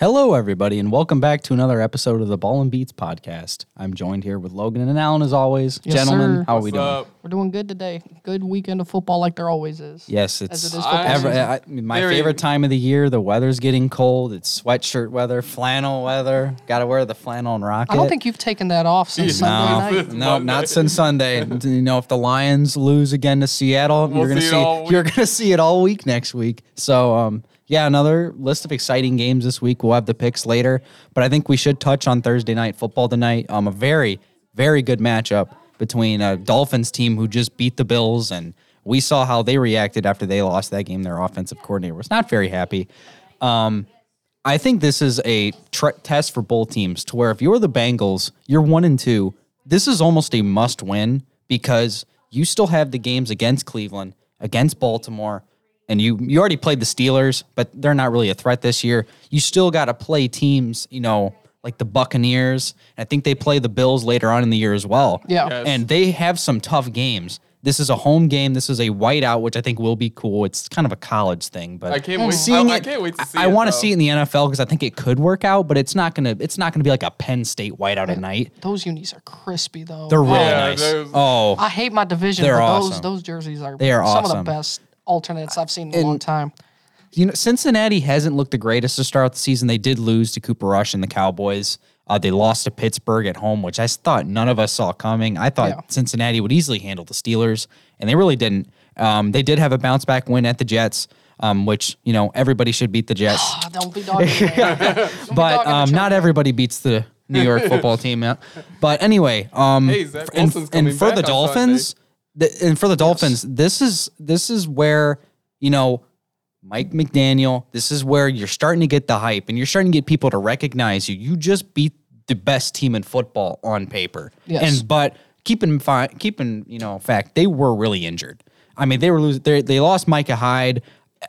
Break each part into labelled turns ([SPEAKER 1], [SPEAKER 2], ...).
[SPEAKER 1] Hello, everybody, and welcome back to another episode of the Ball and Beats podcast. I'm joined here with Logan and Alan, as always.
[SPEAKER 2] Yes,
[SPEAKER 1] Gentlemen,
[SPEAKER 2] sir.
[SPEAKER 1] how are we doing?
[SPEAKER 2] We're doing good today. Good weekend of football, like there always is.
[SPEAKER 1] Yes,
[SPEAKER 2] As
[SPEAKER 1] it's
[SPEAKER 2] it is
[SPEAKER 1] I-
[SPEAKER 2] football
[SPEAKER 1] ever,
[SPEAKER 2] season.
[SPEAKER 1] I, I mean, my
[SPEAKER 3] Very-
[SPEAKER 1] favorite time of the year. The weather's getting cold. It's sweatshirt weather, flannel weather. Got to wear the flannel and rocket.
[SPEAKER 2] I don't think you've taken that off since
[SPEAKER 1] No,
[SPEAKER 2] Sunday night.
[SPEAKER 1] no, not since Sunday. you know, if the Lions lose again to Seattle, you're gonna
[SPEAKER 3] see
[SPEAKER 1] see,
[SPEAKER 3] it all
[SPEAKER 1] you're gonna see it all week next week. So, um, yeah, another list of exciting games this week. We'll have the picks later, but I think we should touch on Thursday night football tonight. Um, a very, very good matchup between a Dolphins team who just beat the Bills, and we saw how they reacted after they lost that game. Their offensive coordinator was not very happy. I think this is a tr test for both teams to where if you're the Bengals, you're one and two. This is almost a must win because you still have the games against Cleveland, against Baltimore, and you you already played the Steelers, but they're not really a threat this year. You still got to play teams, you know, like the Buccaneers. I think they play the Bills later on in the year as well.
[SPEAKER 2] Yeah.
[SPEAKER 3] Yes.
[SPEAKER 1] And they have some tough games. This is a home game. This is a whiteout, which I think will be cool. It's kind of a college thing, but
[SPEAKER 3] I can't wait.
[SPEAKER 1] seeing
[SPEAKER 3] I,
[SPEAKER 1] it,
[SPEAKER 3] I can't wait to see.
[SPEAKER 1] I, want to see it in the NFL because I think it could work out, but it's not gonna. It's not gonna be like a Penn State whiteout at night.
[SPEAKER 2] Those unis are crispy though.
[SPEAKER 1] They're really
[SPEAKER 3] Yeah,
[SPEAKER 1] nice.
[SPEAKER 3] those-
[SPEAKER 1] Oh,
[SPEAKER 2] I hate my division,
[SPEAKER 1] They're
[SPEAKER 2] but
[SPEAKER 1] awesome.
[SPEAKER 2] those those jerseys are
[SPEAKER 1] They are
[SPEAKER 2] some
[SPEAKER 1] awesome.
[SPEAKER 2] of the best alternates I've seen in a long time.
[SPEAKER 1] you know, Cincinnati hasn't looked the greatest to start the season. They did lose to Cooper Rush and the Cowboys. Uh, they lost to Pittsburgh at home, which I s- thought none of us saw coming. I thought
[SPEAKER 2] Yeah.
[SPEAKER 1] Cincinnati would easily handle the Steelers, and they really didn't. Um, they did have a bounce back win at the Jets, um, which you know everybody should beat the Jets.
[SPEAKER 2] Ah, don't be dogging me. Don't be
[SPEAKER 1] but
[SPEAKER 2] dogging
[SPEAKER 1] um,
[SPEAKER 2] the
[SPEAKER 1] not everybody beats the New York football team. yeah. But anyway, um,
[SPEAKER 3] Hey, Zach
[SPEAKER 1] f- and,
[SPEAKER 3] Wilson's
[SPEAKER 1] and
[SPEAKER 3] coming
[SPEAKER 1] for
[SPEAKER 3] back
[SPEAKER 1] the
[SPEAKER 3] on
[SPEAKER 1] Dolphins, th- and for the Dolphins, this is this is where you know Mike McDaniel. This is where you're starting to get the hype, and you're starting to get people to recognize you. You just beat the best team in football on paper,
[SPEAKER 2] Yes.
[SPEAKER 1] and but keep in fi- keep in you know fact they were really injured. I mean, they were losing. They they lost Micah Hyde.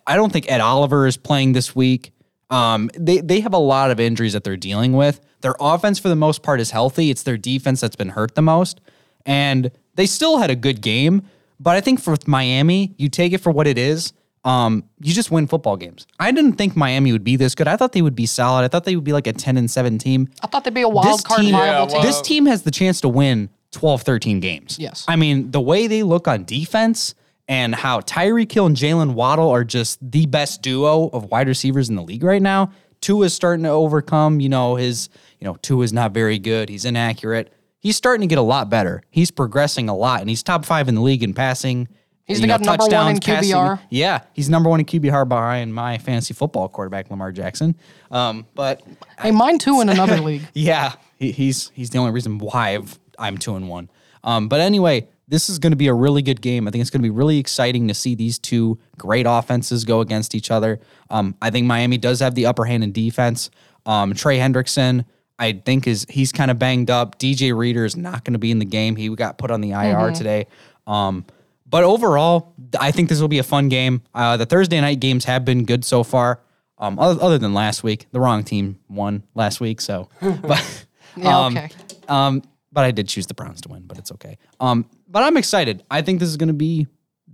[SPEAKER 1] I don't think Ed Oliver is playing this week. Um, they they have a lot of injuries that they're dealing with. Their offense, for the most part, is healthy. It's their defense that's been hurt the most, and they still had a good game. But I think for Miami, you take it for what it is. Um, you just win football games. I didn't think Miami would be this good. I thought they would be solid. I thought they would be like a ten and seven team
[SPEAKER 2] I thought they'd be a wild card viable
[SPEAKER 3] Yeah,
[SPEAKER 2] team.
[SPEAKER 1] this team has the chance to win 12, 13 games.
[SPEAKER 2] Yes.
[SPEAKER 1] I mean, the way they look on defense and how Tyreek Hill and Jalen Waddle are just the best duo of wide receivers in the league right now. Tua is starting to overcome, you know, his, you know, Tua is not very good. He's inaccurate. He's starting to get a lot better. He's progressing a lot, and he's top five in the league in passing.
[SPEAKER 2] He's
[SPEAKER 1] you know,
[SPEAKER 2] got number one in
[SPEAKER 1] touchdowns, passing.
[SPEAKER 2] QBR.
[SPEAKER 1] Yeah, he's number one in QBR behind my fantasy football quarterback, Lamar Jackson. Um, but
[SPEAKER 2] Hey, mine too in another league.
[SPEAKER 1] yeah, he, he's he's the only reason why I've, I'm two and one. Um, but anyway, this is going to be a really good game. I think it's going to be really exciting to see these two great offenses go against each other. Um, I think Miami does have the upper hand in defense. Um, Trey Hendrickson, I think is he's kind of banged up. DJ Reader is not going to be in the game. He got put on the IR today. Um, but overall, th- I think this will be a fun game. Uh, the Thursday night games have been good so far. Um, other, other than last week, the wrong team won last week. So, but
[SPEAKER 2] Yeah,
[SPEAKER 1] um,
[SPEAKER 2] okay.
[SPEAKER 1] um, but I did choose the Browns to win, but it's okay. Um, but I'm excited. I think this is going to be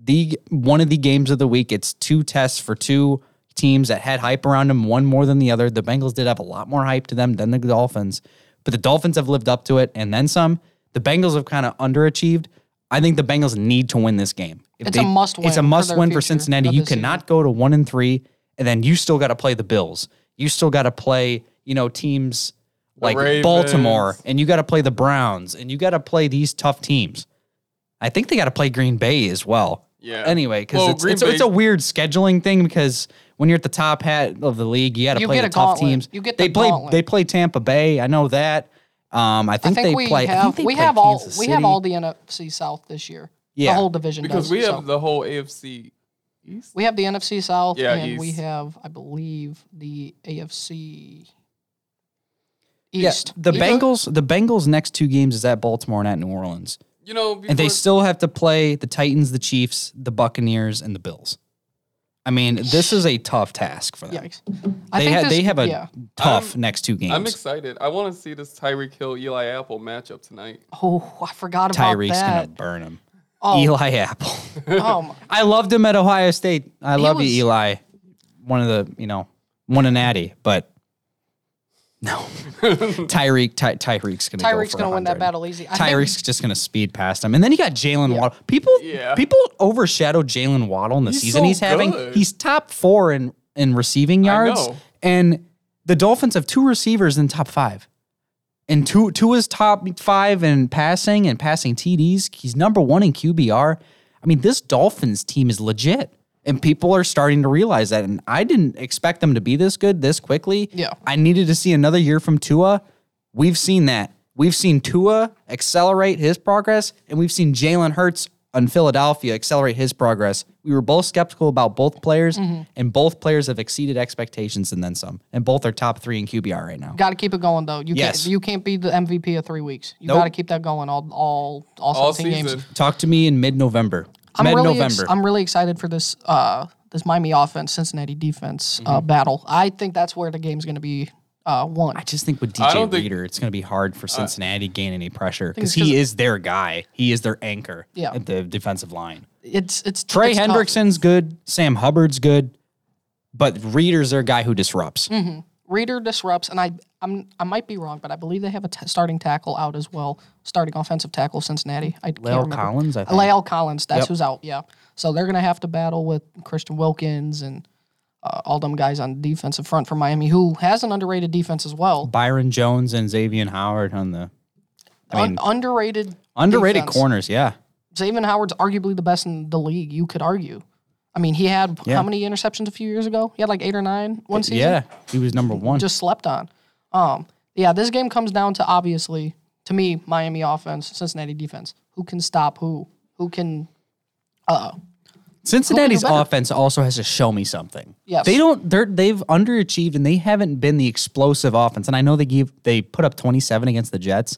[SPEAKER 1] the one of the games of the week. It's two tests for two teams that had hype around them, one more than the other. The Bengals did have a lot more hype to them than the Dolphins, but the Dolphins have lived up to it and then some. The Bengals have kind of underachieved. I think the Bengals need to win this game. If
[SPEAKER 2] It's a must
[SPEAKER 1] It's a
[SPEAKER 2] win for
[SPEAKER 1] must
[SPEAKER 2] their
[SPEAKER 1] win for
[SPEAKER 2] future
[SPEAKER 1] Cincinnati.
[SPEAKER 2] of
[SPEAKER 1] You
[SPEAKER 2] this season.
[SPEAKER 1] cannot not go to one and three, and then you still got to play the Bills. You still got to play, you know, teams like
[SPEAKER 3] Ravens.
[SPEAKER 1] Baltimore, and you got to play the Browns, and you got to play these tough teams. I think they got to play Green Bay as well.
[SPEAKER 3] Yeah.
[SPEAKER 1] Anyway, because
[SPEAKER 3] Well,
[SPEAKER 1] it's,
[SPEAKER 3] Green
[SPEAKER 1] it's, a- it's
[SPEAKER 3] Bay-
[SPEAKER 1] a weird scheduling thing because when you're at the top hat of the league, you got to
[SPEAKER 2] You
[SPEAKER 1] play
[SPEAKER 2] get
[SPEAKER 1] the
[SPEAKER 2] a
[SPEAKER 1] tough
[SPEAKER 2] gauntlet.
[SPEAKER 1] teams.
[SPEAKER 2] You get
[SPEAKER 1] they
[SPEAKER 2] the
[SPEAKER 1] play
[SPEAKER 2] gauntlet.
[SPEAKER 1] they play Tampa Bay. I know that. Um, I
[SPEAKER 2] I
[SPEAKER 1] think,
[SPEAKER 2] think
[SPEAKER 1] they
[SPEAKER 2] we
[SPEAKER 1] play. I think
[SPEAKER 2] have
[SPEAKER 1] they
[SPEAKER 2] we
[SPEAKER 1] play
[SPEAKER 2] have all
[SPEAKER 1] Kansas
[SPEAKER 2] we have
[SPEAKER 1] City.
[SPEAKER 2] all the NFC South this year.
[SPEAKER 1] Yeah.
[SPEAKER 2] The whole division
[SPEAKER 3] because
[SPEAKER 2] does,
[SPEAKER 3] we have
[SPEAKER 2] so.
[SPEAKER 3] the whole AFC East.
[SPEAKER 2] We have the NFC South,
[SPEAKER 3] Yeah,
[SPEAKER 2] and we
[SPEAKER 3] East.
[SPEAKER 2] have, I believe, the AFC
[SPEAKER 1] Yeah,
[SPEAKER 2] East.
[SPEAKER 1] the
[SPEAKER 2] East?
[SPEAKER 1] Bengals. The Bengals' next two games is at Baltimore and at New Orleans.
[SPEAKER 3] You know, before,
[SPEAKER 1] and they still have to play the Titans, the Chiefs, the Buccaneers, and the Bills. I mean, this is a tough task for them.
[SPEAKER 2] Yikes. I
[SPEAKER 1] They,
[SPEAKER 2] think
[SPEAKER 1] ha-
[SPEAKER 2] this-
[SPEAKER 1] they have a
[SPEAKER 2] yeah.
[SPEAKER 1] tough next two games.
[SPEAKER 3] I'm excited. I want to see this Tyreek Hill Eli Apple matchup tonight.
[SPEAKER 2] Oh, I forgot about
[SPEAKER 1] Tyreek's gonna
[SPEAKER 2] that.
[SPEAKER 1] burn him.
[SPEAKER 2] Oh.
[SPEAKER 1] Eli Apple.
[SPEAKER 2] Oh, my-
[SPEAKER 1] I loved him at Ohio State. I love
[SPEAKER 2] was-
[SPEAKER 1] you, Eli. One of the you know, one in Natty, but No. Tyreek Ty, Tyreek's gonna
[SPEAKER 2] Tyreek's
[SPEAKER 1] go for
[SPEAKER 2] gonna win that
[SPEAKER 1] 100.
[SPEAKER 2] battle easy. I think-
[SPEAKER 1] Tyreek's just gonna speed past him. And then you got Jalen Waddle. People
[SPEAKER 3] Yeah.
[SPEAKER 1] people overshadow Jalen Waddle in the
[SPEAKER 3] He's
[SPEAKER 1] season
[SPEAKER 3] so
[SPEAKER 1] he's having.
[SPEAKER 3] good.
[SPEAKER 1] He's top four in in receiving yards.
[SPEAKER 3] know.
[SPEAKER 1] And the Dolphins have two receivers in top five. And two two is top five in passing and passing TDs. He's number one in QBR. I mean, this Dolphins team is legit. And people are starting to realize that. And I didn't expect them to be this good this quickly.
[SPEAKER 2] Yeah.
[SPEAKER 1] I needed to see another year from Tua. We've seen that. We've seen Tua accelerate his progress, and we've seen Jalen Hurts on Philadelphia accelerate his progress. We were both skeptical about both players,
[SPEAKER 2] Mm-hmm.
[SPEAKER 1] and both players have exceeded expectations and then some. And both are top three in QBR right now.
[SPEAKER 2] Got to keep it going though. You
[SPEAKER 1] Yes.
[SPEAKER 2] can't you can't be the MVP of three weeks. You
[SPEAKER 1] Nope.
[SPEAKER 2] got to keep that going all all all,
[SPEAKER 3] all
[SPEAKER 2] 17
[SPEAKER 3] season.
[SPEAKER 2] games.
[SPEAKER 1] Talk to me in mid November.
[SPEAKER 2] I'm
[SPEAKER 1] Mid
[SPEAKER 2] really ex-
[SPEAKER 1] November.
[SPEAKER 2] I'm really excited for this uh this Miami offense Cincinnati defense
[SPEAKER 3] Mm-hmm.
[SPEAKER 2] uh, battle. I think that's where the game's going to be uh won.
[SPEAKER 1] I just think with
[SPEAKER 3] I don't
[SPEAKER 1] DJ
[SPEAKER 3] think-
[SPEAKER 1] Reader, it's going to be hard for Cincinnati to gain any pressure because
[SPEAKER 2] it's 'cause-
[SPEAKER 1] he is their guy. He is their anchor
[SPEAKER 2] Yeah.
[SPEAKER 1] at the defensive line.
[SPEAKER 2] It's it's
[SPEAKER 1] Trey
[SPEAKER 2] it's tough.
[SPEAKER 1] Hendrickson's good. Sam Hubbard's good. But Reader's their guy who disrupts.
[SPEAKER 2] Mm, Reader disrupts, and I I'm I might be wrong, but I believe they have a t- starting tackle out as well, starting offensive tackle Cincinnati. I can't
[SPEAKER 1] La'el
[SPEAKER 2] remember.
[SPEAKER 1] Collins, I think.
[SPEAKER 2] Lael Collins, that's
[SPEAKER 1] Yep.
[SPEAKER 2] who's out. Yeah, so they're gonna have to battle with Christian Wilkins and uh, all them guys on defensive front for Miami, who has an underrated defense as well.
[SPEAKER 1] Byron Jones and Xavier Howard on the I mean,
[SPEAKER 2] Un- underrated,
[SPEAKER 1] underrated
[SPEAKER 2] defense.
[SPEAKER 1] corners. Yeah.
[SPEAKER 2] Xavier Howard's arguably the best in the league. You could argue. I mean, he had
[SPEAKER 1] Yeah.
[SPEAKER 2] how many interceptions a few years ago? He had like eight or nine one season.
[SPEAKER 1] Yeah. He was number one.
[SPEAKER 2] just slept on. Um, yeah, this game comes down to obviously to me Miami offense, Cincinnati defense. Who can stop who? Who can?
[SPEAKER 1] Cincinnati's
[SPEAKER 2] who can do better?
[SPEAKER 1] offense also has to show me something.
[SPEAKER 2] Yes.
[SPEAKER 1] They don't they're they've underachieved and they haven't been the explosive offense. And I know they gave they put up 27 against the Jets.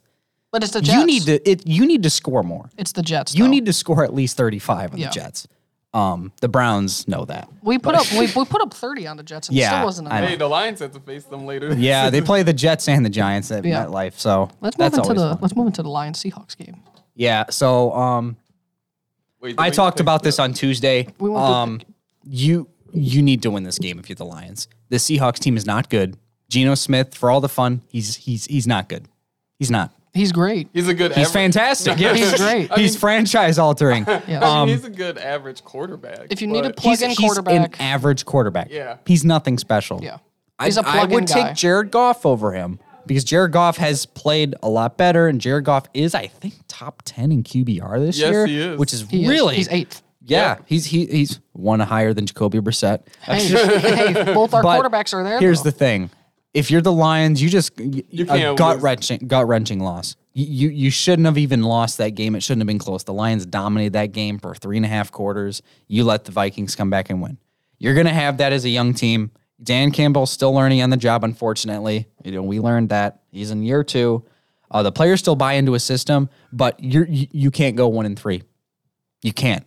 [SPEAKER 2] But it's the Jets.
[SPEAKER 1] You need to it you need to score more.
[SPEAKER 2] It's the Jets.
[SPEAKER 1] You
[SPEAKER 2] though.
[SPEAKER 1] need to score at least 35 on
[SPEAKER 2] Yeah.
[SPEAKER 1] the Jets. Um the Browns know that.
[SPEAKER 2] We put up we, we put up thirty on the Jets and it
[SPEAKER 1] Yeah,
[SPEAKER 2] still wasn't
[SPEAKER 1] I know.
[SPEAKER 3] Hey,
[SPEAKER 2] enough.
[SPEAKER 3] the Lions have to face them later.
[SPEAKER 1] Yeah, they play the Jets and the Giants at
[SPEAKER 2] Yeah.
[SPEAKER 1] MetLife. So
[SPEAKER 2] Let's move
[SPEAKER 1] that's
[SPEAKER 2] into
[SPEAKER 1] always
[SPEAKER 2] the
[SPEAKER 1] fun.
[SPEAKER 2] let's move into the Lions Seahawks game.
[SPEAKER 1] Yeah. So um
[SPEAKER 3] Wait,
[SPEAKER 1] I
[SPEAKER 3] did we
[SPEAKER 1] talked
[SPEAKER 3] pick
[SPEAKER 1] about
[SPEAKER 3] the-
[SPEAKER 1] this on Tuesday.
[SPEAKER 2] We won't do
[SPEAKER 1] um, you you need to win this game if you're the Lions. The Seahawks team is not good. Geno Smith, for all the fun, he's he's he's not good. He's not.
[SPEAKER 2] He's great.
[SPEAKER 3] He's a good.
[SPEAKER 1] He's
[SPEAKER 3] average,
[SPEAKER 1] fantastic. yes.
[SPEAKER 2] He's great. I
[SPEAKER 1] he's franchise altering. um,
[SPEAKER 2] Yes.
[SPEAKER 3] I mean, he's a good average quarterback.
[SPEAKER 2] If you need
[SPEAKER 3] but
[SPEAKER 2] a
[SPEAKER 1] He's,
[SPEAKER 2] plug in
[SPEAKER 1] he's an
[SPEAKER 2] quarterback,
[SPEAKER 1] average quarterback.
[SPEAKER 3] Yeah.
[SPEAKER 1] He's nothing special.
[SPEAKER 2] yeah,
[SPEAKER 1] I-
[SPEAKER 2] he's a
[SPEAKER 1] I
[SPEAKER 2] plug in
[SPEAKER 1] would
[SPEAKER 2] guy.
[SPEAKER 1] take Jared Goff over him because Jared Goff has played a lot better, and Jared Goff is, I think, top ten in QBR this
[SPEAKER 3] Yes,
[SPEAKER 1] year,
[SPEAKER 3] he is.
[SPEAKER 1] which is
[SPEAKER 2] He is.
[SPEAKER 1] really
[SPEAKER 2] he's eighth.
[SPEAKER 1] Yeah, he's he, he's one higher than Jacoby Brissett.
[SPEAKER 2] Hey, hey, both our
[SPEAKER 1] But
[SPEAKER 2] quarterbacks are there.
[SPEAKER 1] Here's
[SPEAKER 2] though.
[SPEAKER 1] the thing: if you're the Lions, you just a
[SPEAKER 3] can't
[SPEAKER 1] gut
[SPEAKER 3] lose.
[SPEAKER 1] wrenching gut wrenching loss. You, you you shouldn't have even lost that game. It shouldn't have been close. The Lions dominated that game for three and a half quarters. You let the Vikings come back and win. You're gonna have that as a young team. Dan Campbell's still learning on the job, unfortunately. You know, we learned that he's in year two. Uh, the players still buy into a system, but you're, you you can't go one and three. You can't.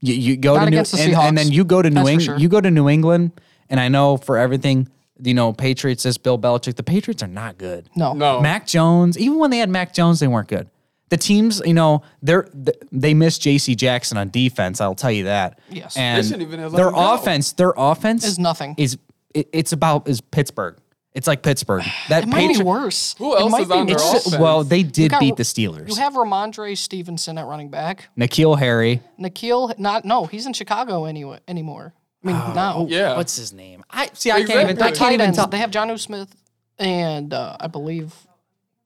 [SPEAKER 1] You, you go
[SPEAKER 2] Not
[SPEAKER 1] to New,
[SPEAKER 2] against the
[SPEAKER 1] and, and
[SPEAKER 2] Seahawks.
[SPEAKER 1] then you go to New
[SPEAKER 2] That's for
[SPEAKER 1] England.
[SPEAKER 2] sure.
[SPEAKER 1] You go to New England, and I know for everything, you know, Patriots. This Bill Belichick. The Patriots are not good.
[SPEAKER 2] no,
[SPEAKER 3] No.
[SPEAKER 1] Mac Jones. Even when they had Mac Jones, they weren't good. The teams, you know, they're th- they miss J.C. Jackson on defense. I'll tell you that.
[SPEAKER 2] Yes. They
[SPEAKER 1] and
[SPEAKER 3] shouldn't even have let
[SPEAKER 1] their
[SPEAKER 3] him go.
[SPEAKER 1] offense, their offense
[SPEAKER 2] Is nothing.
[SPEAKER 1] Is it, it's about is Pittsburgh. It's like Pittsburgh. That
[SPEAKER 2] it might be
[SPEAKER 1] Patri-
[SPEAKER 2] worse.
[SPEAKER 3] Who
[SPEAKER 2] It
[SPEAKER 3] else
[SPEAKER 2] might
[SPEAKER 3] is on
[SPEAKER 2] be
[SPEAKER 3] their
[SPEAKER 2] worse.
[SPEAKER 3] offense?
[SPEAKER 1] Well, they did
[SPEAKER 2] got-
[SPEAKER 1] beat the Steelers.
[SPEAKER 2] You have Ramondre Stevenson at running back.
[SPEAKER 1] Nikhil Harry.
[SPEAKER 2] Nikhil, not no, he's in Chicago anyway anymore. I mean, now
[SPEAKER 3] Yeah.
[SPEAKER 1] What's his name? I see. I can't even.
[SPEAKER 3] Exactly.
[SPEAKER 1] I
[SPEAKER 2] Tight
[SPEAKER 1] can't even
[SPEAKER 2] ends,
[SPEAKER 1] tell.
[SPEAKER 2] They have John U. Smith and uh, I believe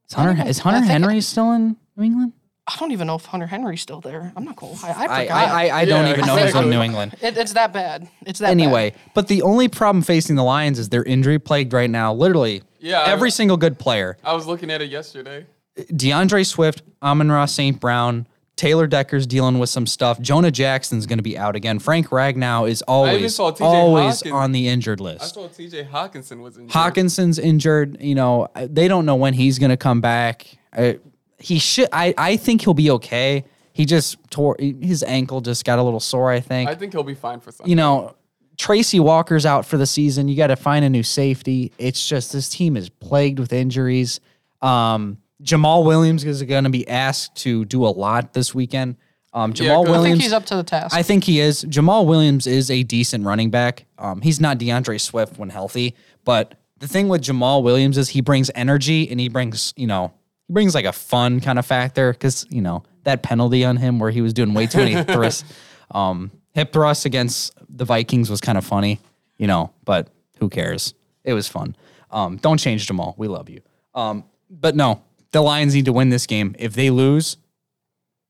[SPEAKER 1] Is Hunter, is Hunter
[SPEAKER 2] I think-
[SPEAKER 1] Henry still in New England?
[SPEAKER 2] I don't even know if Hunter Henry's still there. I'm not gonna lie, I
[SPEAKER 1] I, I,
[SPEAKER 2] forgot.
[SPEAKER 1] I, I don't
[SPEAKER 3] Yeah,
[SPEAKER 1] even know he's on
[SPEAKER 3] exactly.
[SPEAKER 1] New England.
[SPEAKER 2] it, it's that bad. It's that
[SPEAKER 1] Anyway, but the only problem facing the Lions is they're injury plagued right now. Literally,
[SPEAKER 3] Yeah, I-
[SPEAKER 1] every single good player.
[SPEAKER 3] I was looking at it yesterday.
[SPEAKER 1] DeAndre Swift, Amon Ross St. Brown, Taylor Decker's dealing with some stuff. Jonah Jackson's going to be out again. Frank Ragnow is always,
[SPEAKER 3] saw T.J.
[SPEAKER 1] always
[SPEAKER 3] Hawkins.
[SPEAKER 1] on the injured list.
[SPEAKER 3] I saw T.J. Hawkinson was injured.
[SPEAKER 1] Hawkinson's injured. You know, they don't know when he's going to come back. I, he should. I, I think he'll be okay. He just tore his ankle. Just got a little sore. I think.
[SPEAKER 3] I think he'll be fine for something.
[SPEAKER 1] you know, Tracy Walker's out for the season. You got to find a new safety. It's just this team is plagued with injuries. Um, Jamal Williams is going to be asked to do a lot this weekend. Um, Jamal
[SPEAKER 2] bad.
[SPEAKER 3] 'cause I
[SPEAKER 2] I
[SPEAKER 1] Williams.
[SPEAKER 2] think he's up to the task.
[SPEAKER 1] I think he is. Jamal Williams is a decent running back. Um, he's not DeAndre Swift when healthy, but the thing with Jamal Williams is he brings energy and he brings, you know, he brings like a fun kind of factor because, you know, that penalty on him where he was doing way too many thrusts, um, hip thrusts against the Vikings was kind of funny, you know, but who cares? It was fun. Um, don't change Jamal. We love you. Um, but no, the Lions need to win this game. If they lose,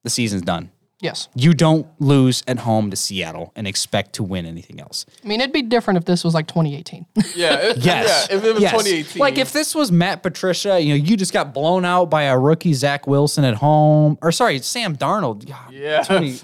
[SPEAKER 1] the season's done.
[SPEAKER 2] Yes.
[SPEAKER 1] You don't lose at home to Seattle and expect to win anything else.
[SPEAKER 2] I mean, it'd be different if this was like 2018.
[SPEAKER 3] Yeah. It,
[SPEAKER 1] Yes.
[SPEAKER 3] Yeah. If it was
[SPEAKER 1] Yes.
[SPEAKER 3] 2018.
[SPEAKER 1] Like if this was Matt Patricia, you know, you just got blown out by a rookie Zach Wilson at home, or sorry, Sam Darnold. God,
[SPEAKER 3] Yeah.
[SPEAKER 1] Tony,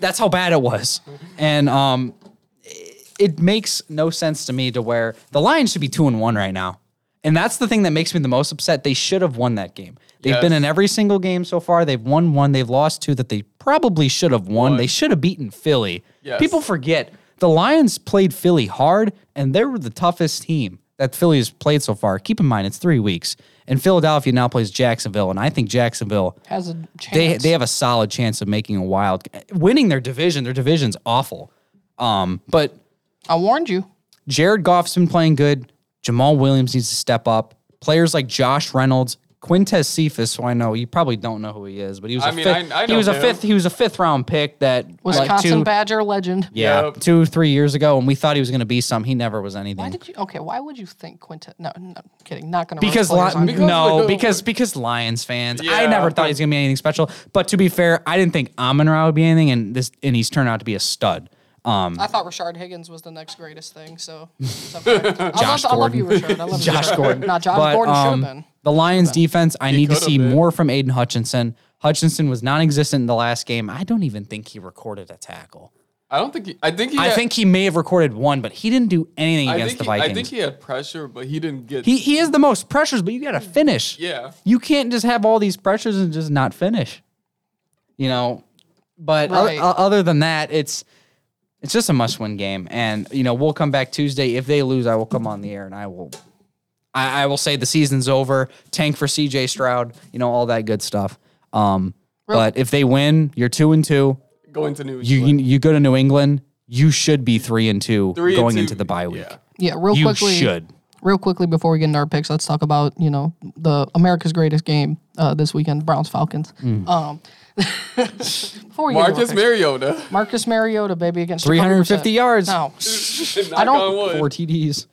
[SPEAKER 1] that's how bad it was, and um, it, it makes no sense to me to where the Lions should be two and one right now, and that's the thing that makes me the most upset. They should have won that game. They've been
[SPEAKER 3] Yes.
[SPEAKER 1] in every single game so far. They've won one. They've lost two that they probably should have won. They should have beaten Philly.
[SPEAKER 3] Yes.
[SPEAKER 1] People forget the Lions played Philly hard, and they were the toughest team that Philly has played so far. Keep in mind, it's three weeks, and Philadelphia now plays Jacksonville, and I think Jacksonville
[SPEAKER 2] Has a chance.
[SPEAKER 1] they they have a solid chance of making a wild winning their division. Their division's awful, um, but
[SPEAKER 2] I warned you.
[SPEAKER 1] Jared Goff's been playing good. Jamal Williams needs to step up. Players like Josh Reynolds, Quintez Cephas, who I know you probably don't know who he is, but he was a
[SPEAKER 3] I mean,
[SPEAKER 1] fifth,
[SPEAKER 3] I- I
[SPEAKER 1] he
[SPEAKER 3] know
[SPEAKER 1] was a
[SPEAKER 3] him.
[SPEAKER 1] fifth he was a fifth round pick that like
[SPEAKER 2] Wisconsin
[SPEAKER 1] two,
[SPEAKER 2] Badger legend.
[SPEAKER 1] yeah,
[SPEAKER 3] Yep.
[SPEAKER 1] two three years ago, and we thought he was going to be some. He never was anything.
[SPEAKER 2] Why did you? Okay, why would you think Quintet? No, no, I'm kidding. Not gonna. roast
[SPEAKER 1] because,
[SPEAKER 2] players
[SPEAKER 1] Li-
[SPEAKER 2] on
[SPEAKER 3] Because-
[SPEAKER 2] you.
[SPEAKER 1] no, because because Lions fans. I
[SPEAKER 3] Yeah.
[SPEAKER 1] never thought he was gonna be anything special. But to be fair, I didn't think Amon Ra would be anything, and this and he's turned out to be a stud. Um,
[SPEAKER 2] I thought Rashard Higgins was the next greatest thing. So, it's up there. I,
[SPEAKER 1] Josh
[SPEAKER 2] love, I love you,
[SPEAKER 1] Gordon.
[SPEAKER 2] Rashard. I love you,
[SPEAKER 1] Josh
[SPEAKER 2] Rashard.
[SPEAKER 1] Gordon.
[SPEAKER 2] Not Josh
[SPEAKER 1] But,
[SPEAKER 2] Oh, Gordon
[SPEAKER 1] um,
[SPEAKER 2] should have been.
[SPEAKER 1] The Lions defense, I need to
[SPEAKER 3] could've
[SPEAKER 1] see
[SPEAKER 3] been.
[SPEAKER 1] more from Aiden Hutchinson. Hutchinson was non-existent in the last game. I don't even think he recorded a tackle.
[SPEAKER 3] I don't think. He, I think he.
[SPEAKER 1] I
[SPEAKER 3] had-
[SPEAKER 1] think he may have recorded one, but he didn't do anything
[SPEAKER 3] I
[SPEAKER 1] against the
[SPEAKER 3] think he, I
[SPEAKER 1] Vikings.
[SPEAKER 3] think he had pressure, but he didn't get.
[SPEAKER 1] he, he is the most pressures, but you got to finish.
[SPEAKER 3] yeah.
[SPEAKER 1] You can't just have all these pressures and just not finish. You know, but o-
[SPEAKER 2] Right.
[SPEAKER 1] o- other than that, it's it's just a must-win game. And you know, we'll come back Tuesday. If they lose, I will come on the air and I will, I, I will say the season's over. Tank for C.J. Stroud. You know, all that good stuff. Um, but if they win, you're two and two.
[SPEAKER 3] Going to New
[SPEAKER 1] You
[SPEAKER 3] England.
[SPEAKER 1] you go to New England. You should be three and two
[SPEAKER 3] Three and
[SPEAKER 1] going
[SPEAKER 3] two,
[SPEAKER 1] into the bye week.
[SPEAKER 3] yeah.
[SPEAKER 2] Yeah, real
[SPEAKER 1] You
[SPEAKER 2] quickly.
[SPEAKER 1] should.
[SPEAKER 2] Real quickly before we get into our picks, let's talk about you know the America's greatest game uh, this weekend, Browns Falcons.
[SPEAKER 1] Hmm.
[SPEAKER 2] Um, before we get into our
[SPEAKER 3] Marcus
[SPEAKER 2] picks,
[SPEAKER 3] Mariota.
[SPEAKER 2] Marcus Mariota, baby, against
[SPEAKER 1] 350
[SPEAKER 2] Jacoby Brissett.
[SPEAKER 1] yards.
[SPEAKER 2] No,
[SPEAKER 3] Knock
[SPEAKER 2] don't-
[SPEAKER 3] on wood.
[SPEAKER 1] Four TDs.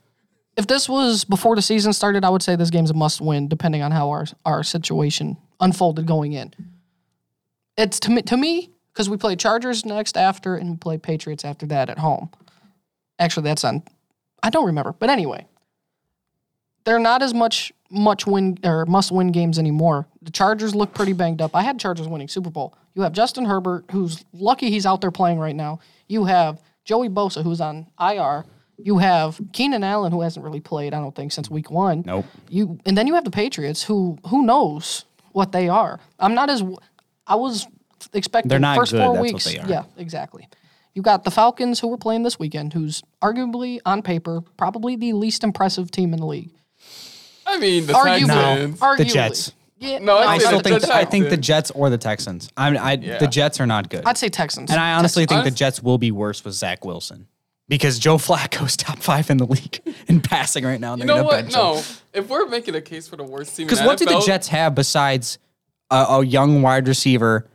[SPEAKER 2] if this was before the season started, I would say this game's a must win, depending on how our our situation unfolded going in. It's to me to me because we play Chargers next after, and we play Patriots after that at home. Actually, that's on. I don't remember, but anyway, they're not as much much win or must win games anymore. The Chargers look pretty banged up. I had Chargers winning Super Bowl. You have Justin Herbert, who's lucky he's out there playing right now. You have Joey Bosa, who's on IR. You have Keenan Allen, who hasn't really played, I don't think, since week one.
[SPEAKER 1] Nope.
[SPEAKER 2] You and then you have the Patriots, who who knows what they are. I'm not as I was expecting
[SPEAKER 1] They're not
[SPEAKER 2] first
[SPEAKER 1] good,
[SPEAKER 2] four
[SPEAKER 1] that's what
[SPEAKER 2] weeks.
[SPEAKER 1] they are.
[SPEAKER 2] Yeah, exactly. You got the Falcons, who were playing this weekend, who's arguably on paper probably the least impressive team in the league.
[SPEAKER 3] I mean, the
[SPEAKER 2] Arguably,
[SPEAKER 3] Texans.
[SPEAKER 2] arguably.
[SPEAKER 1] Jets.
[SPEAKER 2] Yeah,
[SPEAKER 3] No,
[SPEAKER 1] I
[SPEAKER 3] I'd say
[SPEAKER 1] still
[SPEAKER 3] the
[SPEAKER 1] think
[SPEAKER 3] Jets
[SPEAKER 1] I
[SPEAKER 3] are
[SPEAKER 1] think the
[SPEAKER 3] good.
[SPEAKER 1] Jets or the Texans. I'm I the Jets are not good.
[SPEAKER 2] I'd say Texans.
[SPEAKER 1] and I honestly think the
[SPEAKER 3] Honest-
[SPEAKER 1] Jets will be worse with Zach Wilson because Joe Flacco's top five in the league in passing right now. and
[SPEAKER 3] You
[SPEAKER 1] they're
[SPEAKER 3] know
[SPEAKER 1] gonna
[SPEAKER 3] what?
[SPEAKER 1] bench
[SPEAKER 3] No. If we're making a case for the worst team, in
[SPEAKER 1] Because what do the
[SPEAKER 3] NFL,
[SPEAKER 1] Jets have besides a, a young wide receiver,